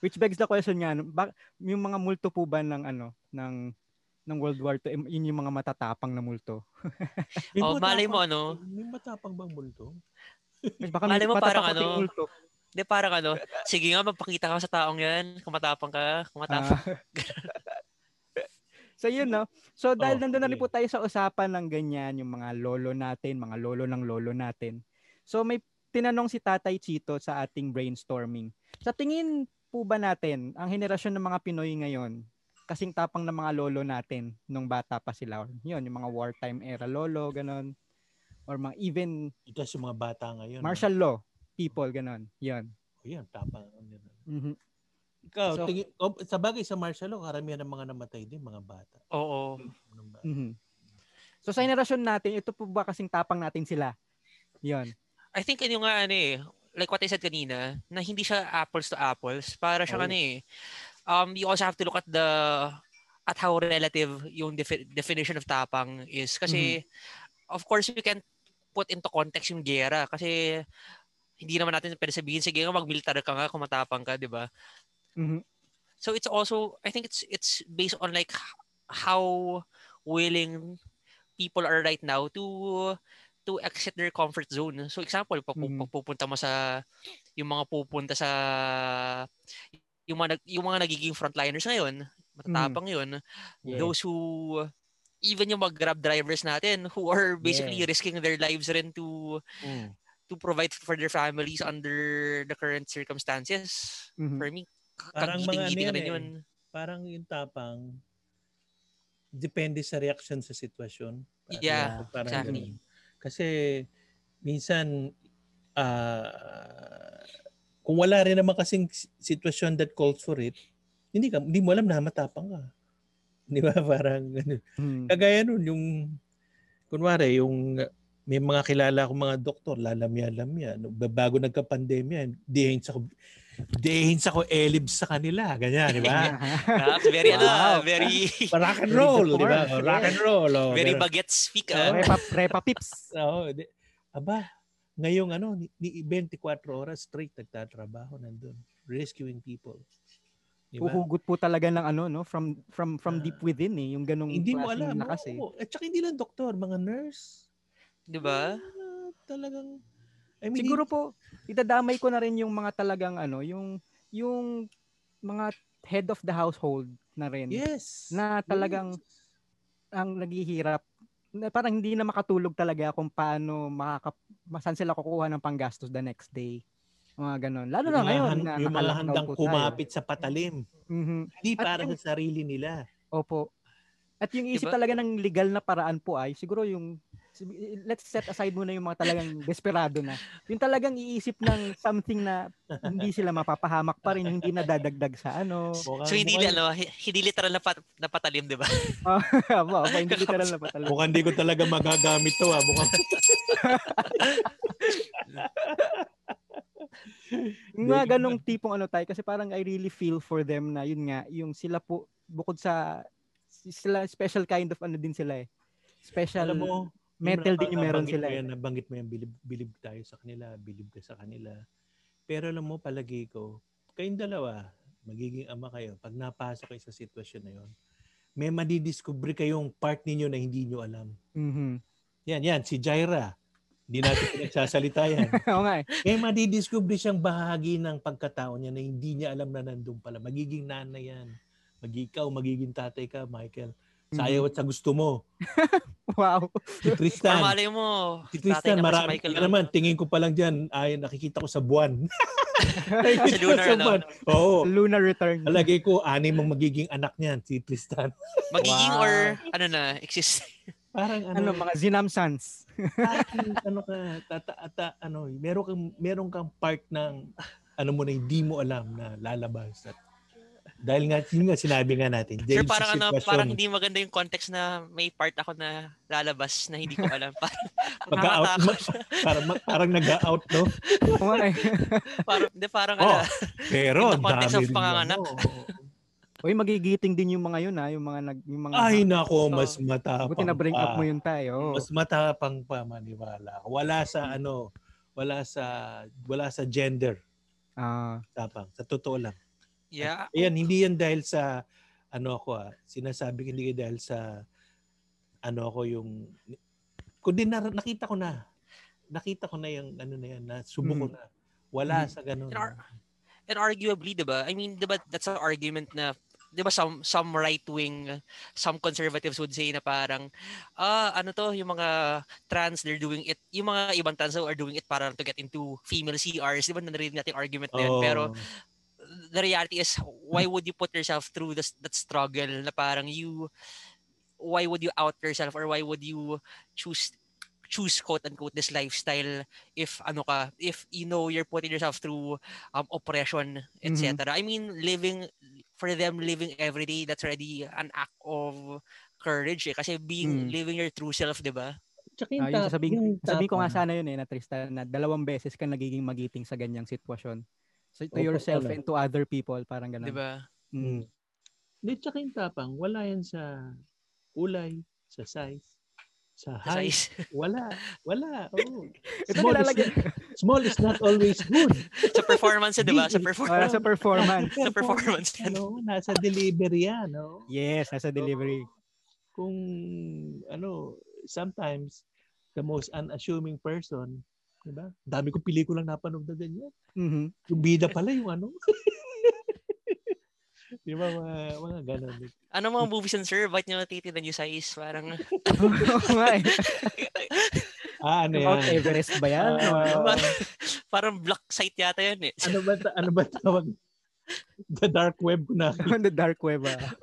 Speaker 1: Which begs the question nga, ano, bak- yung mga multo po ba ng ano ng ng World War II, eh, yun yung mga matatapang na multo.
Speaker 2: May
Speaker 3: Oh, malay mo,
Speaker 2: matapang-
Speaker 3: ano?
Speaker 2: May matapang bang multo?
Speaker 1: Mas Baka may
Speaker 3: Malay mo parang
Speaker 1: matatakoting
Speaker 3: ano,
Speaker 1: multo.
Speaker 3: Hindi, parang ano, sige nga, magpakita ka sa taong yan, kumatapang ka, kumatapang.
Speaker 1: Ah. (laughs) so yun no. So dahil
Speaker 2: Oh,
Speaker 1: nandun na rin
Speaker 2: sige.
Speaker 1: po tayo sa usapan ng ganyan yung mga lolo natin, mga lolo ng lolo natin. So may tinanong si Tatay Chito sa ating brainstorming. Sa tingin po ba natin ang henerasyon ng mga Pinoy ngayon kasing tapang ng mga lolo natin nung bata pa sila. Or Yun, yung mga wartime era lolo, ganon. Or mga even
Speaker 2: Ito yung mga bata ngayon. no?
Speaker 1: martial law. people, ganon. Yun.
Speaker 2: O yan, tapang. ano yan.
Speaker 1: Mhm.
Speaker 2: Ikaw,
Speaker 1: So-
Speaker 2: tingin, oh, sa bagay sa martial law, karamihan ng mga namatay din, mga bata.
Speaker 3: Oo.
Speaker 2: Mga bata.
Speaker 1: Mhm. So sa generasyon natin, ito po ba kasing tapang natin sila? Yun.
Speaker 3: I think ano nga ano eh, like what I said kanina, na hindi siya apples to apples. Para
Speaker 2: Oh.
Speaker 3: siyang ano eh, um, you also have to look at the at how relative yung defi- definition of tapang is. Kasi, of course, you can put into context yung gera. Kasi, hindi naman natin pwede sabihin, sige nga, mag-military ka nga kung matapang ka, di ba?
Speaker 1: Mhm.
Speaker 3: So, it's also, I think it's it's based on like h- how willing people are right now to to exit their comfort zone. So, example, pag, pu-
Speaker 1: Mhm.
Speaker 2: Mm-hmm.
Speaker 3: pag pupunta mo sa, yung mga pupunta sa, yung mga, nag- yung mga nagiging frontliners ngayon, matatapang yun,
Speaker 2: Mm-hmm. Yeah.
Speaker 3: those who even yung mga grab drivers natin who are basically
Speaker 2: Yeah.
Speaker 3: risking their lives rin to
Speaker 2: Mm.
Speaker 3: to provide for their families under the current circumstances
Speaker 1: Mhm.
Speaker 3: for me
Speaker 2: Parang mga
Speaker 3: kagiting-giting
Speaker 2: ano
Speaker 3: rin
Speaker 2: yan
Speaker 3: yun
Speaker 2: Parang yung tapang, depende sa reaction sa sitwasyon. Parang-
Speaker 3: Yeah,
Speaker 2: parang
Speaker 3: exactly.
Speaker 2: ganun. Kasi, minsan, ah, kung wala rin naman kasing s- sitwasyon that calls for it, hindi ka hindi mo alam na matapang ka. Di ba? (laughs) Parang ano.
Speaker 1: Mhm.
Speaker 2: Kagaya nun, yung, kunwari, yung uh, may mga kilala akong mga doktor, lalamya-lamya, no, ba- bago nagka-pandemya, dihin sa, dihin sa ko elibs sa kanila, ganyan, di (laughs) ba?
Speaker 3: Ah, very ano
Speaker 1: Wow.
Speaker 2: (laughs)
Speaker 3: very
Speaker 2: rock and roll,
Speaker 1: Very
Speaker 2: di ba?
Speaker 1: deformed.
Speaker 2: Oh, rock and roll. Oh,
Speaker 3: very
Speaker 2: ganun.
Speaker 3: baguette speak
Speaker 2: Oo.
Speaker 3: ah.
Speaker 1: Repa, repa pips.
Speaker 2: Oo, di- aba, ngayong ano, ni, ni 24 oras straight nagtatrabaho nandun, rescuing people. Di ba?
Speaker 1: Uhugot po talaga ng ano, no? From from from deep within eh. Yung ganong
Speaker 2: Hindi mo
Speaker 1: klaseng
Speaker 2: alam.
Speaker 1: lakas eh.
Speaker 2: oo. At saka hindi lang doktor, mga nurse.
Speaker 3: di ba
Speaker 2: Ah, talagang, I mean,
Speaker 1: Siguro po, itadamay ko na rin yung mga talagang ano, yung yung mga head of the household na rin
Speaker 2: yes.
Speaker 1: na talagang ang naghihirap na parang hindi na makatulog talaga kung paano makaka masan sila kukuha ng panggastos the next day. Mga ganon. Lalo Ano na
Speaker 2: Yung mga
Speaker 1: ngayon na
Speaker 2: han- yung mga
Speaker 1: naka-lockdown
Speaker 2: handang
Speaker 1: po tayo.
Speaker 2: kumapit sa patalim.
Speaker 1: Mhm.
Speaker 2: Hindi
Speaker 1: At
Speaker 2: para
Speaker 1: yung-
Speaker 2: sa sarili nila.
Speaker 1: Opo. At yung isip
Speaker 3: Diba?
Speaker 1: talaga ng legal na paraan po ay siguro yung let's set aside muna yung mga
Speaker 2: (laughs)
Speaker 1: talagang desperado na. Yung talagang iisip ng something na hindi sila mapapahamak pa rin, hindi nadadagdag sa ano. (laughs)
Speaker 2: Mukhang,
Speaker 3: so hindi
Speaker 2: mukhang-
Speaker 3: ano hi- hindi literal na, pat- na patalim di ba
Speaker 1: Opo, opo, hindi literal na pa talaga.
Speaker 2: Mukhang hindi ko talaga magagamit to ah. Mukhang
Speaker 1: (laughs) Yung mga ganong tipong ano tayo kasi parang I really feel for them na yun nga, yung sila po bukod sa sila special kind of ano din sila eh. Special
Speaker 2: alam mo,
Speaker 1: metal din yung meron
Speaker 2: nabanggit
Speaker 1: sila.
Speaker 2: Mo
Speaker 1: eh.
Speaker 2: yan, nabanggit mo yan, bilib, bilib tayo sa kanila, bilib ka sa kanila. Pero alam mo, palagi ko, kayong dalawa, magiging ama kayo, pag napasok kayo sa sitwasyon na yon, may madidiscover kayong part ninyo na hindi nyo alam.
Speaker 1: Mhm.
Speaker 2: Yan, yan, si Jaira. Hindi natin pinagsasalita yan.
Speaker 1: (laughs) Oo nga eh.
Speaker 2: May madidiscover siyang bahagi ng pagkatao niya na hindi niya alam na nandun pala. Magiging nanay yan. Magikaw, magiging tatay ka, Michael.
Speaker 3: Mm-hmm.
Speaker 2: Sa ayaw at sa gusto mo.
Speaker 1: Wow.
Speaker 2: Si
Speaker 3: (laughs) Para
Speaker 2: Tristan.
Speaker 3: malay mo
Speaker 2: Si
Speaker 3: tatay
Speaker 2: Tristan,
Speaker 3: na ba si
Speaker 2: marami
Speaker 3: Michael
Speaker 2: ka naman. Tingin ko pa lang dyan, ay nakikita ko sa
Speaker 3: (laughs)
Speaker 2: buwan.
Speaker 3: Sa lunar, ano?
Speaker 2: Oo.
Speaker 1: (laughs) Lunar return.
Speaker 2: Alagay ko, anim ang magiging anak niyan, si Tristan.
Speaker 3: magiging
Speaker 1: Wow.
Speaker 3: or ano na
Speaker 2: (laughs)
Speaker 3: exist
Speaker 2: Parang
Speaker 1: Ano,
Speaker 2: ano,
Speaker 1: mga Zinamsans.
Speaker 2: (laughs) parang ano ka, tata, ata, ano, meron kang, meron kang part ng, ano mo na hindi mo alam na lalabas. At, dahil nga, yun nga sinabi nga natin.
Speaker 3: Sir,
Speaker 2: dahil sa
Speaker 3: parang ano,
Speaker 2: sitwasyon,
Speaker 3: parang hindi maganda yung context na may part ako na lalabas na
Speaker 2: (laughs)
Speaker 3: hindi ko alam. Parang
Speaker 2: Pagka-out,
Speaker 3: nakakatakot.
Speaker 2: parang, parang nag-out, no?
Speaker 1: Oo nga eh.
Speaker 3: (laughs) parang, hindi, parang
Speaker 2: Oh,
Speaker 3: ano,
Speaker 2: pero,
Speaker 3: In the context
Speaker 2: dami
Speaker 3: of
Speaker 2: rin yan,
Speaker 3: panganganak.
Speaker 2: no?
Speaker 1: Uy, magigiting din yung mga yun ha, yung mga nag yung mga
Speaker 2: Ay, nako,
Speaker 3: So,
Speaker 2: mas matapang
Speaker 1: buti na bring
Speaker 2: pa.
Speaker 1: up mo yun tayo.
Speaker 2: mas matapang pa maniwala. ka. Wala sa ano, wala sa wala sa gender
Speaker 1: Ah,
Speaker 2: tapang. Sa totoo lang.
Speaker 3: yeah,
Speaker 2: Ayan, hindi yan dahil sa ano ako ah. Sinasabi ko hindi ko dahil sa ano ako yung kundi na, nakita ko na. Nakita ko na yung ano na yan, na subo
Speaker 1: Hmm.
Speaker 2: ko na. Wala sa ganun.
Speaker 3: And ar- and arguably, 'di ba? I mean, 'di ba that's an argument na 'di ba some some right-wing, some conservatives would say na parang ah ano to, yung mga trans they're doing it, yung mga ibang trans are doing it para to get into female CRs, 'di ba? Narinig natin yung argument na yun.
Speaker 2: Oo.
Speaker 3: Pero the reality is why would you put yourself through this that struggle na parang you why would you out yourself or why would you choose choose quote unquote this lifestyle if ano ka if you know you're putting yourself through um, oppression etc i mean living for them living every day that's already an act of courage eh. kasi
Speaker 1: Mm.
Speaker 3: being living your true self di ba
Speaker 2: Tsaka
Speaker 1: Ah, yun,
Speaker 2: tap-
Speaker 1: sasabihin-
Speaker 2: yung
Speaker 1: Sabi ko nga
Speaker 2: tapang.
Speaker 1: sana yun eh, na Tristan, na dalawang beses ka nagiging magiting sa ganyang sitwasyon. So, to
Speaker 2: Opo,
Speaker 1: yourself
Speaker 2: talaga.
Speaker 1: and to other people, parang ganun.
Speaker 3: di ba
Speaker 1: Mm.
Speaker 2: Hindi, tsaka yung tapang, wala yan sa kulay, sa size, sa
Speaker 3: Sa
Speaker 2: height.
Speaker 3: size- (laughs)
Speaker 2: Wala. Wala. Oo.
Speaker 1: Ito
Speaker 2: Small is-
Speaker 1: nilalagyan.
Speaker 2: Small is not always good.
Speaker 3: sa performance di ba sa
Speaker 1: Para
Speaker 2: Big.
Speaker 3: performance (laughs)
Speaker 1: sa performance.
Speaker 3: sa performance yan.
Speaker 2: ano, nasa delivery yan. No?
Speaker 1: Yes, nasa delivery.
Speaker 2: Kung, ano, sometimes, the most unassuming person, di ba? Dami kong pelikulang napanood na ganyan.
Speaker 1: (laughs) Mhm.
Speaker 2: Yung bida pala yung ano. (laughs) di ba? Mga, mga ganun.
Speaker 3: Ano mga movies and sir? Ba't nyo natitinan yung size? Parang,
Speaker 1: Oo nga eh.
Speaker 2: Ah, ano
Speaker 1: Mount
Speaker 2: yan?
Speaker 1: Everest Ano ba yan?
Speaker 2: Ah,
Speaker 1: Oo.
Speaker 3: parang, (laughs) parang black site yata yan eh.
Speaker 2: (laughs) ano ba, ta- ano ba tawag? The dark web na.
Speaker 1: (laughs) On the dark web ah.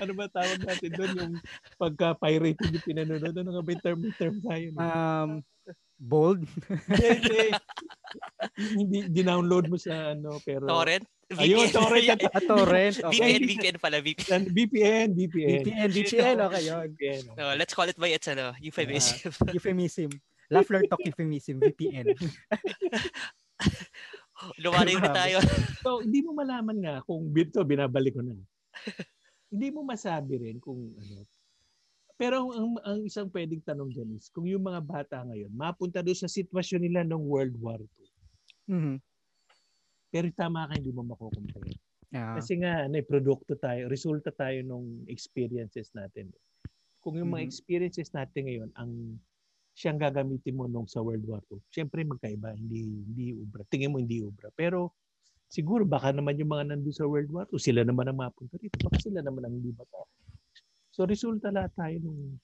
Speaker 2: Ano ba tawag natin doon? Yung pagka-pirate yung pinanonood. Ano nga ba yung term, term tayo? no?
Speaker 1: Um, bold?
Speaker 2: (laughs) Hindi. Hindi, dinownload mo sa ano, pero...
Speaker 3: Torrent?
Speaker 2: Ayun, torrent
Speaker 3: (laughs)
Speaker 2: at
Speaker 1: At Ah, (laughs) torrent? Okay.
Speaker 3: VPN, VPN pala, VPN.
Speaker 2: and VPN, VPN.
Speaker 1: VPN, VPN, okay yun.
Speaker 2: VPN.
Speaker 3: No, let's call it by its ano, euphemism. (laughs)
Speaker 1: Euphemism. Lafler talk euphemism, (laughs) VPN.
Speaker 3: Lumalim na tayo.
Speaker 2: So, hindi mo malaman nga kung bito binabalik ko na. hindi mo masabi rin kung ano. Pero ang, ang, ang isang pwedeng tanong dyan is, kung yung mga bata ngayon, mapunta doon sa sitwasyon nila ng World War II.
Speaker 1: Mhm.
Speaker 2: Pero tama ka, hindi mo makukumpare.
Speaker 1: Ah.
Speaker 2: Kasi nga, ano, eh, produkto tayo, resulta tayo ng experiences natin. Kung yung
Speaker 1: Mhm.
Speaker 2: mga experiences natin ngayon, ang siyang gagamitin mo nung sa World War II, syempre magkaiba, hindi, hindi ubra. Tingin mo hindi ubra. Pero siguro baka naman yung mga nandun sa World War II, sila naman ang mapunta rito. Baka sila naman ang hindi bata. So resulta lahat tayo nung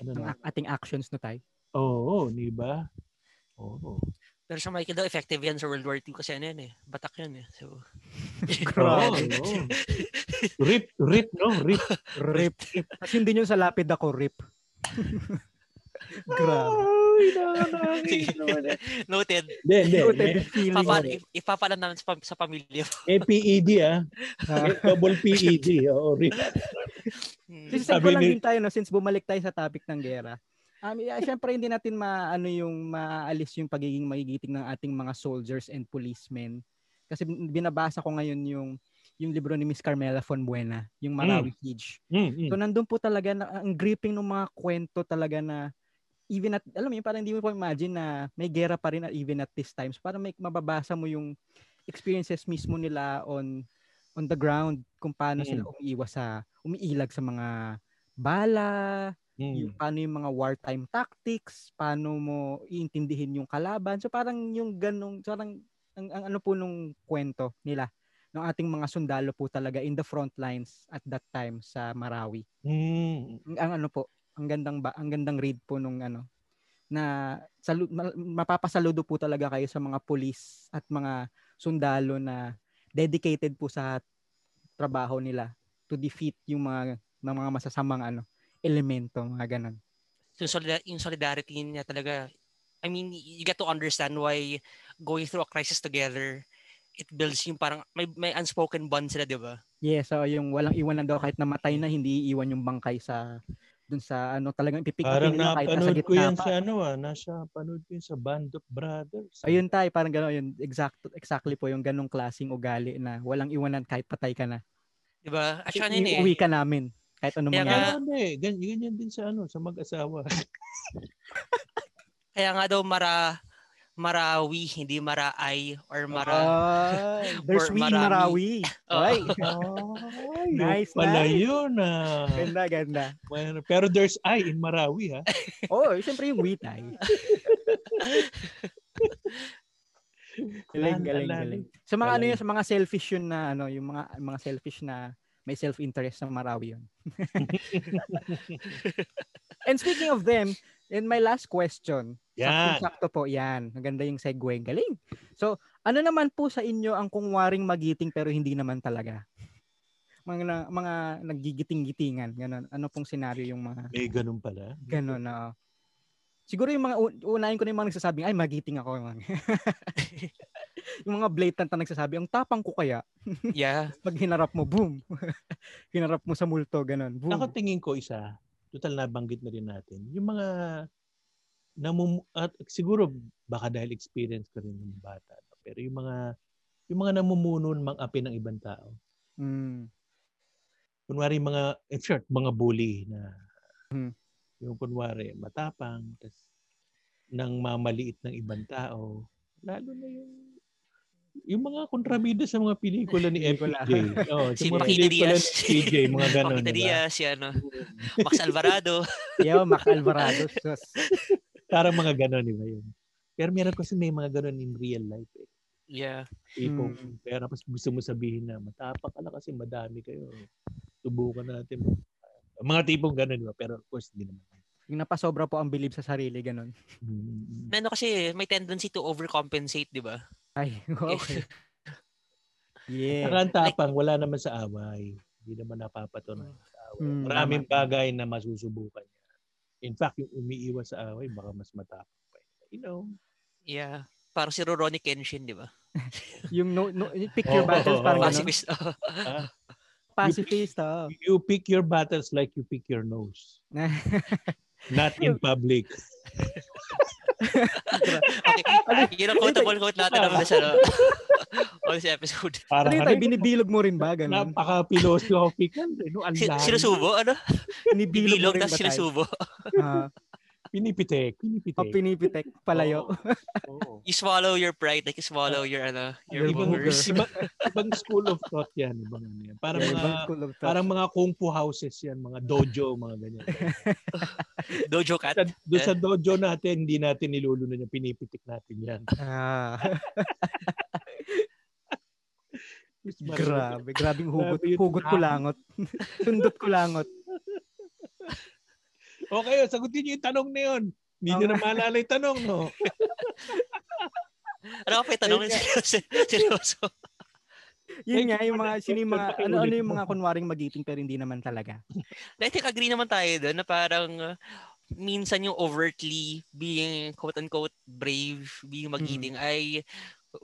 Speaker 2: ano
Speaker 1: Ang
Speaker 2: na,
Speaker 1: ac- ating actions no tayo.
Speaker 2: oo, oh, di ba? Oo.
Speaker 3: Pero sa Michael daw, effective yan sa World War II kasi ano yan eh. Batak yan eh.
Speaker 2: Oo,
Speaker 3: So,
Speaker 1: (laughs) Grabe.
Speaker 2: oo. Rip, rip, no? Rip.
Speaker 1: (laughs) Rip. Kasi hindi nyo sa lapid ako, rip. (laughs) Grabe.
Speaker 2: Ay, nakakainis
Speaker 3: Sige.
Speaker 2: naman eh.
Speaker 3: noted.
Speaker 2: Hindi, hindi.
Speaker 1: Noted feeling.
Speaker 3: Papa, ipapala namin sa, pam- sa pamilya.
Speaker 2: Eh, PED ah.
Speaker 1: Ah.
Speaker 2: Eh, Double PED. Oo, rip.
Speaker 3: (laughs) Hmm.
Speaker 1: Since ko
Speaker 2: Sabi
Speaker 1: lang
Speaker 2: ni-
Speaker 1: din tayo, no? since bumalik tayo sa topic ng gera. Um, yeah, syempre hindi natin maano yung maalis yung pagiging magigiting ng ating mga soldiers and policemen. Kasi bin- binabasa ko ngayon yung yung libro ni Miss Carmela Fonbuena, yung Marawi Siege.
Speaker 2: Mm, mm.
Speaker 1: So nandun po talaga na, ang gripping ng mga kwento talaga na even at alam mo yun, parang hindi mo po imagine na may gera pa rin at even at this times. Parang may mababasa mo yung experiences mismo nila on on the ground kung paano
Speaker 2: Mm.
Speaker 1: sila umiiwas sa umiilag sa mga bala,
Speaker 2: Mm.
Speaker 1: yung paano yung mga wartime tactics, paano mo iintindihin yung kalaban. So parang yung ganong parang ang, ang ano po nung kwento nila ng ating mga sundalo po talaga in the front lines at that time sa Marawi
Speaker 2: Mm.
Speaker 1: ang, ang ano po, ang gandang ba, ang gandang read po nung ano na salu- ma- mapapasaludo po talaga kayo sa mga pulis at mga sundalo na dedicated po sa trabaho nila to defeat yung mga ng mga masasamang ano elemento mga ganun.
Speaker 3: yung, solida- yung solidarity niya talaga, I mean, you get to understand why going through a crisis together, it builds yung parang, may, may unspoken bond sila, di ba?
Speaker 1: Yes, so yung walang iwanan daw kahit namatay na hindi iiwan yung bangkay sa dun sa ano talagang ipipick up
Speaker 2: Parang
Speaker 1: nila kahit nasa
Speaker 2: napanood ko
Speaker 1: gitna
Speaker 2: yan
Speaker 1: pa.
Speaker 2: sa ano ah. Nasa panood ko yan sa Band of Brothers.
Speaker 1: Ayun tayo, parang gano'n, yun, exact, exactly po yung ganong klaseng ugali na walang iwanan kahit patay ka na.
Speaker 3: Di ba? At saka ano yun eh.
Speaker 1: Iuwi ka namin kahit anong
Speaker 3: Kaya
Speaker 1: mangyari.
Speaker 3: nga-
Speaker 2: Ano eh. Gan- Ganyan din sa ano, sa mag-asawa.
Speaker 3: Kaya nga daw mara Marawi, hindi Maraay
Speaker 1: Ah,
Speaker 3: or Mara. (laughs)
Speaker 1: Ay, there's
Speaker 3: Or
Speaker 1: we in
Speaker 3: marami. Oh.
Speaker 1: Marawi.
Speaker 3: Oo. (laughs)
Speaker 1: Ay,
Speaker 2: Ay,
Speaker 1: Nice,
Speaker 2: Pala
Speaker 1: nice.
Speaker 2: yun ah.
Speaker 1: ganda, ganda.
Speaker 2: Bueno, Pero there's I in Marawi ha.
Speaker 1: Oo, oh, siyempre yung we tayo. galing,
Speaker 2: Alala,
Speaker 1: galing,
Speaker 2: alala.
Speaker 1: galing. Sa mga ano
Speaker 2: Alala.
Speaker 1: yun, sa mga selfish yun na ano, yung mga mga selfish na may self-interest sa Marawi (laughs) yun. And speaking of them, and my last question.
Speaker 2: Yan.
Speaker 1: Sakto po, yan. Maganda yung segue. Galing. So, ano naman po sa inyo ang kungwaring magiting pero hindi naman talaga? mga, mga naggigiting-gitingan. Ganun. Ano pong senaryo yung mga
Speaker 2: May ganun pala.
Speaker 1: ganun na oh? Siguro yung mga un- unahin ko na yung mga nagsasabing, ay, magiting ako. Yung mga, (laughs) yung mga blatant na nagsasabi, ang tapang ko kaya,
Speaker 3: Yeah.
Speaker 1: pag hinarap mo, boom. (laughs) hinarap mo sa multo, ganun. Boom.
Speaker 2: Ako tingin ko isa, total nabanggit na rin natin, yung mga namum at siguro baka dahil experience ko rin ng bata, no? pero yung mga yung mga namumuno ng mga api ng ibang tao.
Speaker 1: Mm.
Speaker 2: Kunwari yung mga in short, mga bully na
Speaker 1: Hmm.
Speaker 2: yung kunwari matapang tas nang mamaliit ng ibang tao, lalo na yung yung mga kontrabida sa mga pelikula
Speaker 1: (laughs)
Speaker 2: ni
Speaker 1: Pelikula.
Speaker 2: FJ. Oh, sa
Speaker 3: Si
Speaker 2: mga
Speaker 3: Paquita
Speaker 2: pelikula
Speaker 3: Diaz.
Speaker 2: ni FJ,
Speaker 1: (laughs)
Speaker 2: mga ganon. diba?
Speaker 3: Makita
Speaker 2: di ba?
Speaker 3: Diaz, si ano, Max Alvarado.
Speaker 1: Yo, Mac Alvarado. Sus.
Speaker 2: Parang mga ganon, di ba yun? Pero meron kasi may mga ganon in real life. Eh.
Speaker 3: Yeah.
Speaker 2: Tipong
Speaker 1: Mm.
Speaker 2: pera, tapos gusto mo sabihin na matapak ka lang kasi madami kayo. Tubukan natin. Mga tipong ganon, di ba? Pero of course, hindi naman.
Speaker 1: Yung napasobra po ang bilib sa sarili, ganun.
Speaker 2: Mm.
Speaker 3: Na ano kasi, may tendency to overcompensate, di ba?
Speaker 1: Ay, (laughs) okay. Yeah.
Speaker 2: Saka ang tapang, wala naman sa away. Hindi naman napapatunayan sa away.
Speaker 1: Mm,
Speaker 2: Maraming
Speaker 1: tama.
Speaker 2: bagay na masusubukan niya. In fact, yung umiiwas sa away, baka mas matapang pa. yun. You know,
Speaker 3: Yeah. Parang si Rurouni Kenshin, di ba?
Speaker 1: Yung no, no, yung picture
Speaker 2: Oo,
Speaker 1: battles,
Speaker 2: oo,
Speaker 1: parang
Speaker 2: oo.
Speaker 1: ganun.
Speaker 3: Pacifist. (laughs) Oh.
Speaker 1: Pacifist, oh.
Speaker 2: you pick your battles like you pick
Speaker 1: (laughs)
Speaker 2: your nose. Not in public.
Speaker 3: okay.
Speaker 1: Ano?
Speaker 3: Yun ang quotable quote natin
Speaker 2: Tama.
Speaker 3: ng this,
Speaker 1: (laughs)
Speaker 3: ano, on this episode.
Speaker 1: Ano
Speaker 2: Parang
Speaker 1: yun,
Speaker 2: ano,
Speaker 1: tayo, binibilog mo rin ba? Ganun.
Speaker 2: napaka-philosophical. eh, No? Ang
Speaker 3: Si,
Speaker 2: lalim.
Speaker 3: sinusubo, ano?
Speaker 1: Binibilog mo
Speaker 3: Bilog,
Speaker 1: rin ba
Speaker 3: tapos
Speaker 1: tayo?
Speaker 3: sinusubo.
Speaker 1: Ah, oh,
Speaker 2: Pinipitek. Pinipitek.
Speaker 1: pinipitek palayo.
Speaker 10: Oh,
Speaker 2: Oo.
Speaker 3: You swallow your pride, like you
Speaker 1: Ah,
Speaker 3: swallow your, ano,
Speaker 1: Your
Speaker 3: your
Speaker 2: (laughs) Ibang,
Speaker 1: vulgar. (laughs)
Speaker 3: boogers.
Speaker 2: iba- ibang school of thought yan. Ibang ano yan. Parang
Speaker 1: Yeah,
Speaker 2: mga
Speaker 1: ibang school of thought.
Speaker 2: parang mga kung fu houses yan, mga dojo, mga ganyan.
Speaker 3: Dojo cat.
Speaker 2: Sa, doon sa dojo natin, hindi natin nilulunan yan, pinipitik natin yan.
Speaker 1: Ah,
Speaker 2: Mas marami.
Speaker 1: grabe, grabing hugot.
Speaker 2: Grabe yun.
Speaker 1: Hugot ko langot. (laughs) Tundot ko langot.
Speaker 2: Okay, sagutin niyo yung tanong na yun. Hindi niyo
Speaker 1: Oo.
Speaker 2: na maalala yung tanong, (laughs) no?
Speaker 3: Ano ka pa itanong seryoso? seryoso.
Speaker 1: Yun
Speaker 2: Thank
Speaker 1: nga,
Speaker 2: you
Speaker 1: yung
Speaker 2: for
Speaker 1: mga,
Speaker 2: that
Speaker 1: sino yung
Speaker 2: question.
Speaker 1: mga, ano, ano yung mga kunwaring magiting pero hindi naman talaga.
Speaker 3: I think agree naman tayo doon na parang uh, minsan yung overtly being quote-unquote brave, being magiting ay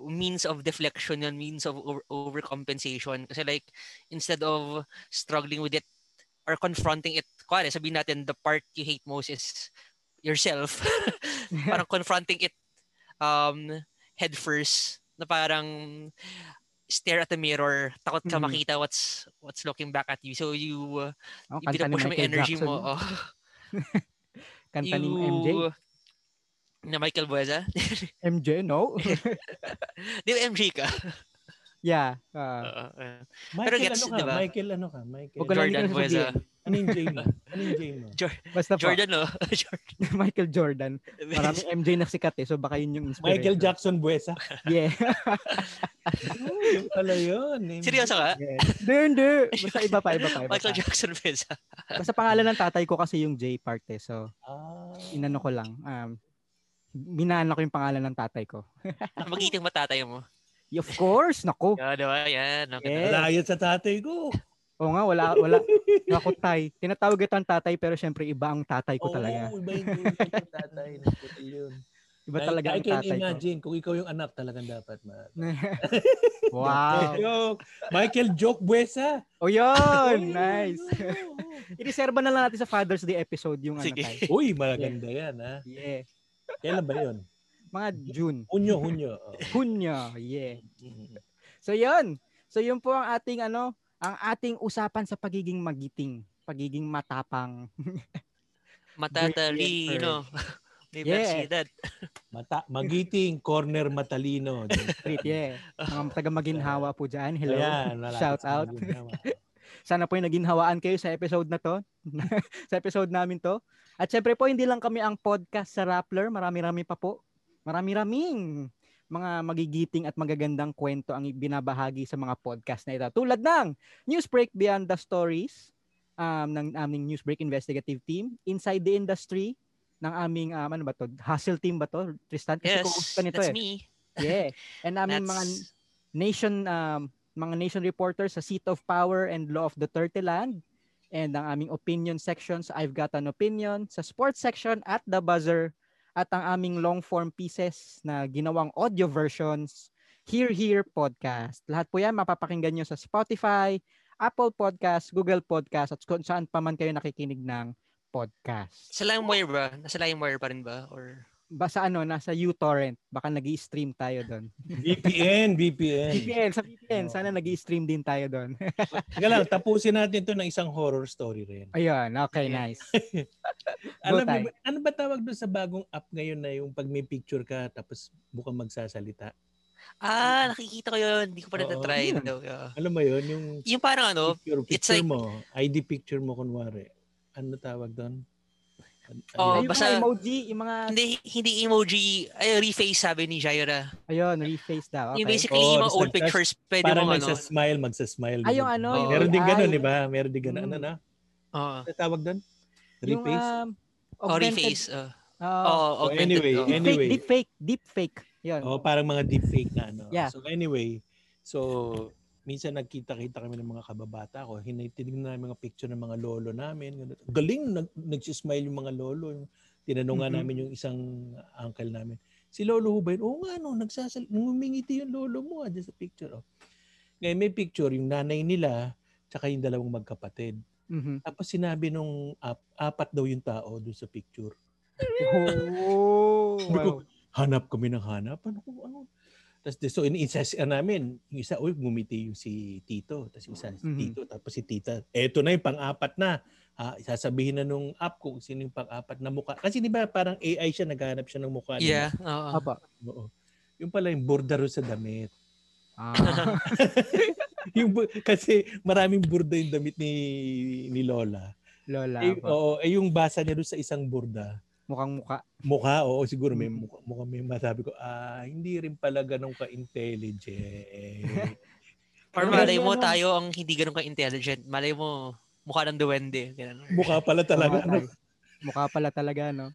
Speaker 3: means of deflection yun, means of over- overcompensation. Kasi like, instead of struggling with it or confronting it, kuwari, sabihin natin the part you hate most is yourself. (laughs) parang confronting it um, head first na parang stare at the mirror takot ka
Speaker 1: Mhm.
Speaker 3: makita what's what's looking back at you so you uh,
Speaker 1: Oh,
Speaker 3: you
Speaker 1: kanta ni
Speaker 3: pinapush mo yung
Speaker 1: Michael
Speaker 3: energy
Speaker 1: Jackson.
Speaker 3: mo
Speaker 1: yun.
Speaker 3: oh.
Speaker 1: Kanta ni
Speaker 3: You-
Speaker 1: MJ.
Speaker 3: na Michael (laughs) Bueza
Speaker 1: MJ, no?
Speaker 3: di ba MJ ka
Speaker 1: yeah. ah.
Speaker 3: Oo, oo.
Speaker 2: Michael,
Speaker 3: gets,
Speaker 2: ano ka?
Speaker 3: diba?
Speaker 2: Michael, ano ka? Michael.
Speaker 1: Huwag ka lang- hindi
Speaker 3: Jordan
Speaker 1: ko na
Speaker 3: Bueza
Speaker 2: Ano yung J mo? Ano yung J mo?
Speaker 1: basta po,
Speaker 3: Jordan no (laughs) Jordan
Speaker 1: (laughs) Michael Jordan. Maraming MJ na sikat eh, so baka yun yung inspiration.
Speaker 2: Michael Jackson Buesa.
Speaker 1: Yeah.
Speaker 2: Yun pala yun. eh.
Speaker 3: seryoso ka
Speaker 1: yeah. Hindi, hindi. Basta iba pa, iba pa. Iba
Speaker 3: Michael
Speaker 1: pa.
Speaker 3: Jackson (laughs) Bueza
Speaker 1: Basta pangalan ng tatay ko kasi yung J part eh, so
Speaker 2: Ah.
Speaker 1: inano ko lang. Um, minana ko yung pangalan ng tatay ko.
Speaker 3: magiting matatay mo
Speaker 1: Of course, nako.
Speaker 3: yeah, di ba yan okay.
Speaker 1: Yeah.
Speaker 2: Wala yan sa tatay ko.
Speaker 1: Oo nga, wala, wala. Nako, tay. Tinatawag ito ang tatay, pero syempre iba ang tatay ko
Speaker 2: Oo,
Speaker 1: talaga.
Speaker 2: iba yung yung tatay. Nagputil yun.
Speaker 1: Iba talaga
Speaker 2: I, I
Speaker 1: ang
Speaker 2: can
Speaker 1: tatay ko.
Speaker 2: imagine kung ikaw yung anak talagang dapat ma.
Speaker 1: wow.
Speaker 2: Joke. Michael Joke Buesa.
Speaker 1: O
Speaker 2: Ay, (laughs)
Speaker 1: yun, Oh, nice.
Speaker 2: oo, oo.
Speaker 1: I-reserve na lang natin sa Father's Day episode yung ano
Speaker 3: Sige.
Speaker 1: tayo.
Speaker 2: Uy, maganda yan ha.
Speaker 1: Yeah.
Speaker 2: Kailan ba yun?
Speaker 1: Mga June.
Speaker 2: Hunyo, hunyo. Oh.
Speaker 1: Hunyo, yeah. So yun. So yun po ang ating ano, ang ating usapan sa pagiging magiting, pagiging matapang.
Speaker 3: (laughs) matatalino maybe I'd
Speaker 1: Yeah.
Speaker 3: say that
Speaker 2: Mata, magiting, corner matalino.
Speaker 1: Great, yeah. Mga taga maginhawa po dyan. Hello.
Speaker 2: Ayan, malapit
Speaker 1: Shout
Speaker 2: sa
Speaker 1: out.
Speaker 2: maginhawa.
Speaker 1: Sana po yung naginhawaan kayo sa episode na to. (laughs) sa episode namin to. At syempre po, hindi lang kami ang podcast sa Rappler. Marami-rami pa po. Marami-raming mga magigiting at magagandang kwento ang binabahagi sa mga podcast na ito. Tulad ng Newsbreak Beyond the Stories um, ng aming Newsbreak Investigative Team, Inside the Industry ng aming, um, ano ba to? Hustle Team ba to? Tristan? Kasi
Speaker 3: yes
Speaker 1: co-host ka nito
Speaker 3: (laughs) that's
Speaker 1: eh.
Speaker 3: me
Speaker 1: Yeah. And aming
Speaker 3: that's
Speaker 1: mga nation um, mga nation reporters sa Seat of Power and Law of the Thirty Land. And ang aming opinion section sa I've Got an Opinion, sa sports section at the buzzer, at ang aming long form pieces na ginawang audio versions, Here Here Podcast. Lahat po yan mapapakinggan nyo sa Spotify, Apple Podcast, Google Podcast, at kung saan pa man kayo nakikinig ng podcast.
Speaker 3: Sa LimeWire ba? Nasa LimeWire pa rin ba? Or...
Speaker 1: Basta ano, nasa uTorrent. Baka nag stream tayo doon.
Speaker 2: VPN, VPN.
Speaker 1: VPN, sa VPN. Sana nag stream din tayo doon.
Speaker 2: Teka lang, tapusin natin to ng isang horror story rin.
Speaker 1: (laughs) Ayun, okay, nice. Go
Speaker 2: Alam mo,
Speaker 1: tayo.
Speaker 2: ba- ano ba tawag doon sa bagong app ngayon na yung pag may picture ka tapos bukang magsasalita?
Speaker 3: Ah, nakikita ko yun. Hindi ko pa
Speaker 2: Oo,
Speaker 3: natatry.
Speaker 1: Hmm. yun.
Speaker 3: No, yeah.
Speaker 2: Alam mo yun, yung
Speaker 3: Yung parang ano,
Speaker 2: picture,
Speaker 3: it's
Speaker 2: picture
Speaker 3: like-
Speaker 2: mo, ID picture mo kunwari. Ano tawag doon? An-
Speaker 1: Ay, yung
Speaker 2: ano
Speaker 3: Oo,
Speaker 2: ayun.
Speaker 3: Oh, basta-
Speaker 1: mga emoji, yung mga,
Speaker 3: hindi, hindi emoji, ay, reface sabi ni Jaira.
Speaker 1: ayun, reface daw.
Speaker 3: Yung
Speaker 1: Okay.
Speaker 3: basically,
Speaker 2: Oo,
Speaker 3: yung mga old
Speaker 2: basta-
Speaker 3: pictures, pwede
Speaker 2: Parang
Speaker 3: mo ano.
Speaker 2: magsasmile, magsasmile.
Speaker 1: Ay, yung
Speaker 2: ganun.
Speaker 1: ano,
Speaker 3: Oo.
Speaker 1: yung
Speaker 2: Meron din
Speaker 1: AI,
Speaker 2: ganun, di ba? Meron din ganun. Ano na?
Speaker 3: Oo.
Speaker 2: Ano tawag doon?
Speaker 1: Yung,
Speaker 2: Reface?
Speaker 1: um,
Speaker 3: Oh,
Speaker 1: augmented-
Speaker 3: reface. Oh,
Speaker 1: Oo.
Speaker 3: oh,
Speaker 2: Oh,
Speaker 3: augmented.
Speaker 2: anyway,
Speaker 3: oh.
Speaker 1: Deep
Speaker 2: Anyway.
Speaker 1: fake, deep fake, deep fake. Yun.
Speaker 2: Oh, parang mga deepfake na ano.
Speaker 1: Yeah.
Speaker 2: So anyway, so minsan nagkita-kita kami ng mga kababata ko. Hinitignan namin mga picture ng mga lolo namin. ganun. Galing, nag, nagsismile yung mga lolo. Yung, tinanong nga
Speaker 1: Mhm.
Speaker 2: namin yung isang uncle namin. Si lolo ho ba yun? Oo nga, no, nagsasal, ngumingiti yung lolo mo ah, dyan sa picture. Oh. Ngayon may picture, yung nanay nila, tsaka yung dalawang magkapatid. (laughs)
Speaker 1: Mhm.
Speaker 2: Tapos sinabi nung ap- apat daw yung tao doon sa picture.
Speaker 1: Oh,
Speaker 2: Sabi ko,
Speaker 1: wow.
Speaker 2: hanap kami ng hanap. Ano ko, ano? Tapos so ini-insist ah, namin, yung isa, uy, ngumiti yung si Tito. Tapos yung isa, si
Speaker 1: Mhm.
Speaker 2: Tito. Tapos si Tita. Eto na yung pang-apat na. Ah, sasabihin na nung app kung sino yung pang-apat na mukha. Kasi di ba parang AI siya, naghahanap siya ng mukha. di ba?
Speaker 3: Yeah, oo.
Speaker 1: Apa.
Speaker 2: Oo. Yung pala yung bordaro sa damit. (laughs)
Speaker 1: Ah.
Speaker 2: yung, bu- kasi maraming burda yung damit ni, ni Lola.
Speaker 1: Lola.
Speaker 2: Eh,
Speaker 1: apa.
Speaker 2: oo, eh, yung basa niya doon sa isang burda,
Speaker 1: Mukhang mukha.
Speaker 2: Mukha, oo, siguro may
Speaker 1: Mm.
Speaker 2: mukha, mukha may masabi ko, ah, hindi rin pala ganun (laughs) ka-intelligent.
Speaker 3: Or
Speaker 1: Ano
Speaker 3: malay
Speaker 1: yung
Speaker 3: mo
Speaker 1: ano?
Speaker 3: tayo ang hindi ganun ka-intelligent. Malay mo, mukha ng duwende. Ganun.
Speaker 2: Mukha pala talaga,
Speaker 1: Mukha,
Speaker 2: ano,
Speaker 1: mukha pala talaga, no?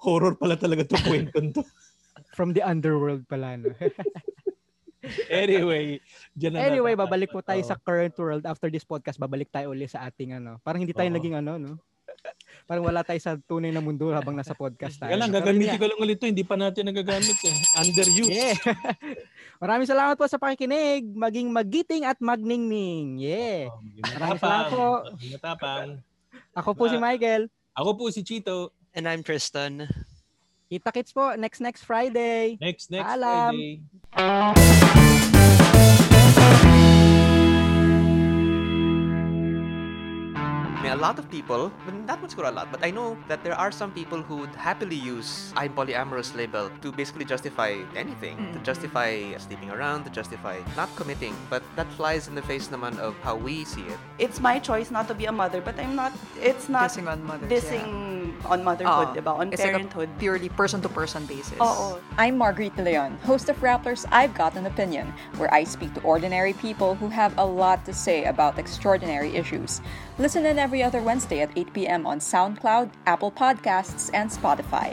Speaker 2: horror pala talaga to kwentong to.
Speaker 1: From the underworld pala, no?
Speaker 2: (laughs) Anyway, dyan na
Speaker 1: anyway, babalik
Speaker 2: natatapat,
Speaker 1: po tayo
Speaker 2: oo.
Speaker 1: sa current world. After this podcast, babalik tayo uli sa ating ano. Parang hindi tayo
Speaker 2: Oo.
Speaker 1: naging ano, no? Parang wala tayo sa tunay na mundo habang nasa podcast tayo.
Speaker 2: Teka lang,
Speaker 1: Pero
Speaker 2: gagamitin
Speaker 1: yun
Speaker 2: ko lang ulit to, hindi pa natin nagagamit eh. Underused.
Speaker 1: Yeah. (laughs) Maraming salamat po sa pakikinig. Maging magiting at magningning. Yeah.
Speaker 2: Oh, maging
Speaker 1: Maraming salamat
Speaker 2: matapang.
Speaker 1: po.
Speaker 2: maging matapang.
Speaker 1: Ako po si Michael.
Speaker 2: Ako po si Chito.
Speaker 3: And I'm Tristan.
Speaker 1: Kita-kits po next next Friday.
Speaker 2: Next, next
Speaker 1: Paalam.
Speaker 2: Friday.
Speaker 10: I mean, a lot of people, well, not much a lot, but I know that there are some people who would happily use I'm polyamorous label to basically justify anything, to justify sleeping around, to justify not committing. But that flies in the face naman of how we see it.
Speaker 11: it's my choice not to be a mother, but I'm not, it's not
Speaker 8: Dissing on mothers,
Speaker 11: dissing on motherhood,
Speaker 8: Oo.
Speaker 11: diba? On
Speaker 8: It's like a
Speaker 11: parenthood.
Speaker 8: purely person-to-person basis.
Speaker 11: Oo.
Speaker 12: I'm Marguerite De Leon, host of Rappler's I've Got an Opinion, where I speak to ordinary people who have a lot to say about extraordinary issues. Listen in every other Wednesday at 8 p.m. on SoundCloud, Apple Podcasts, and Spotify.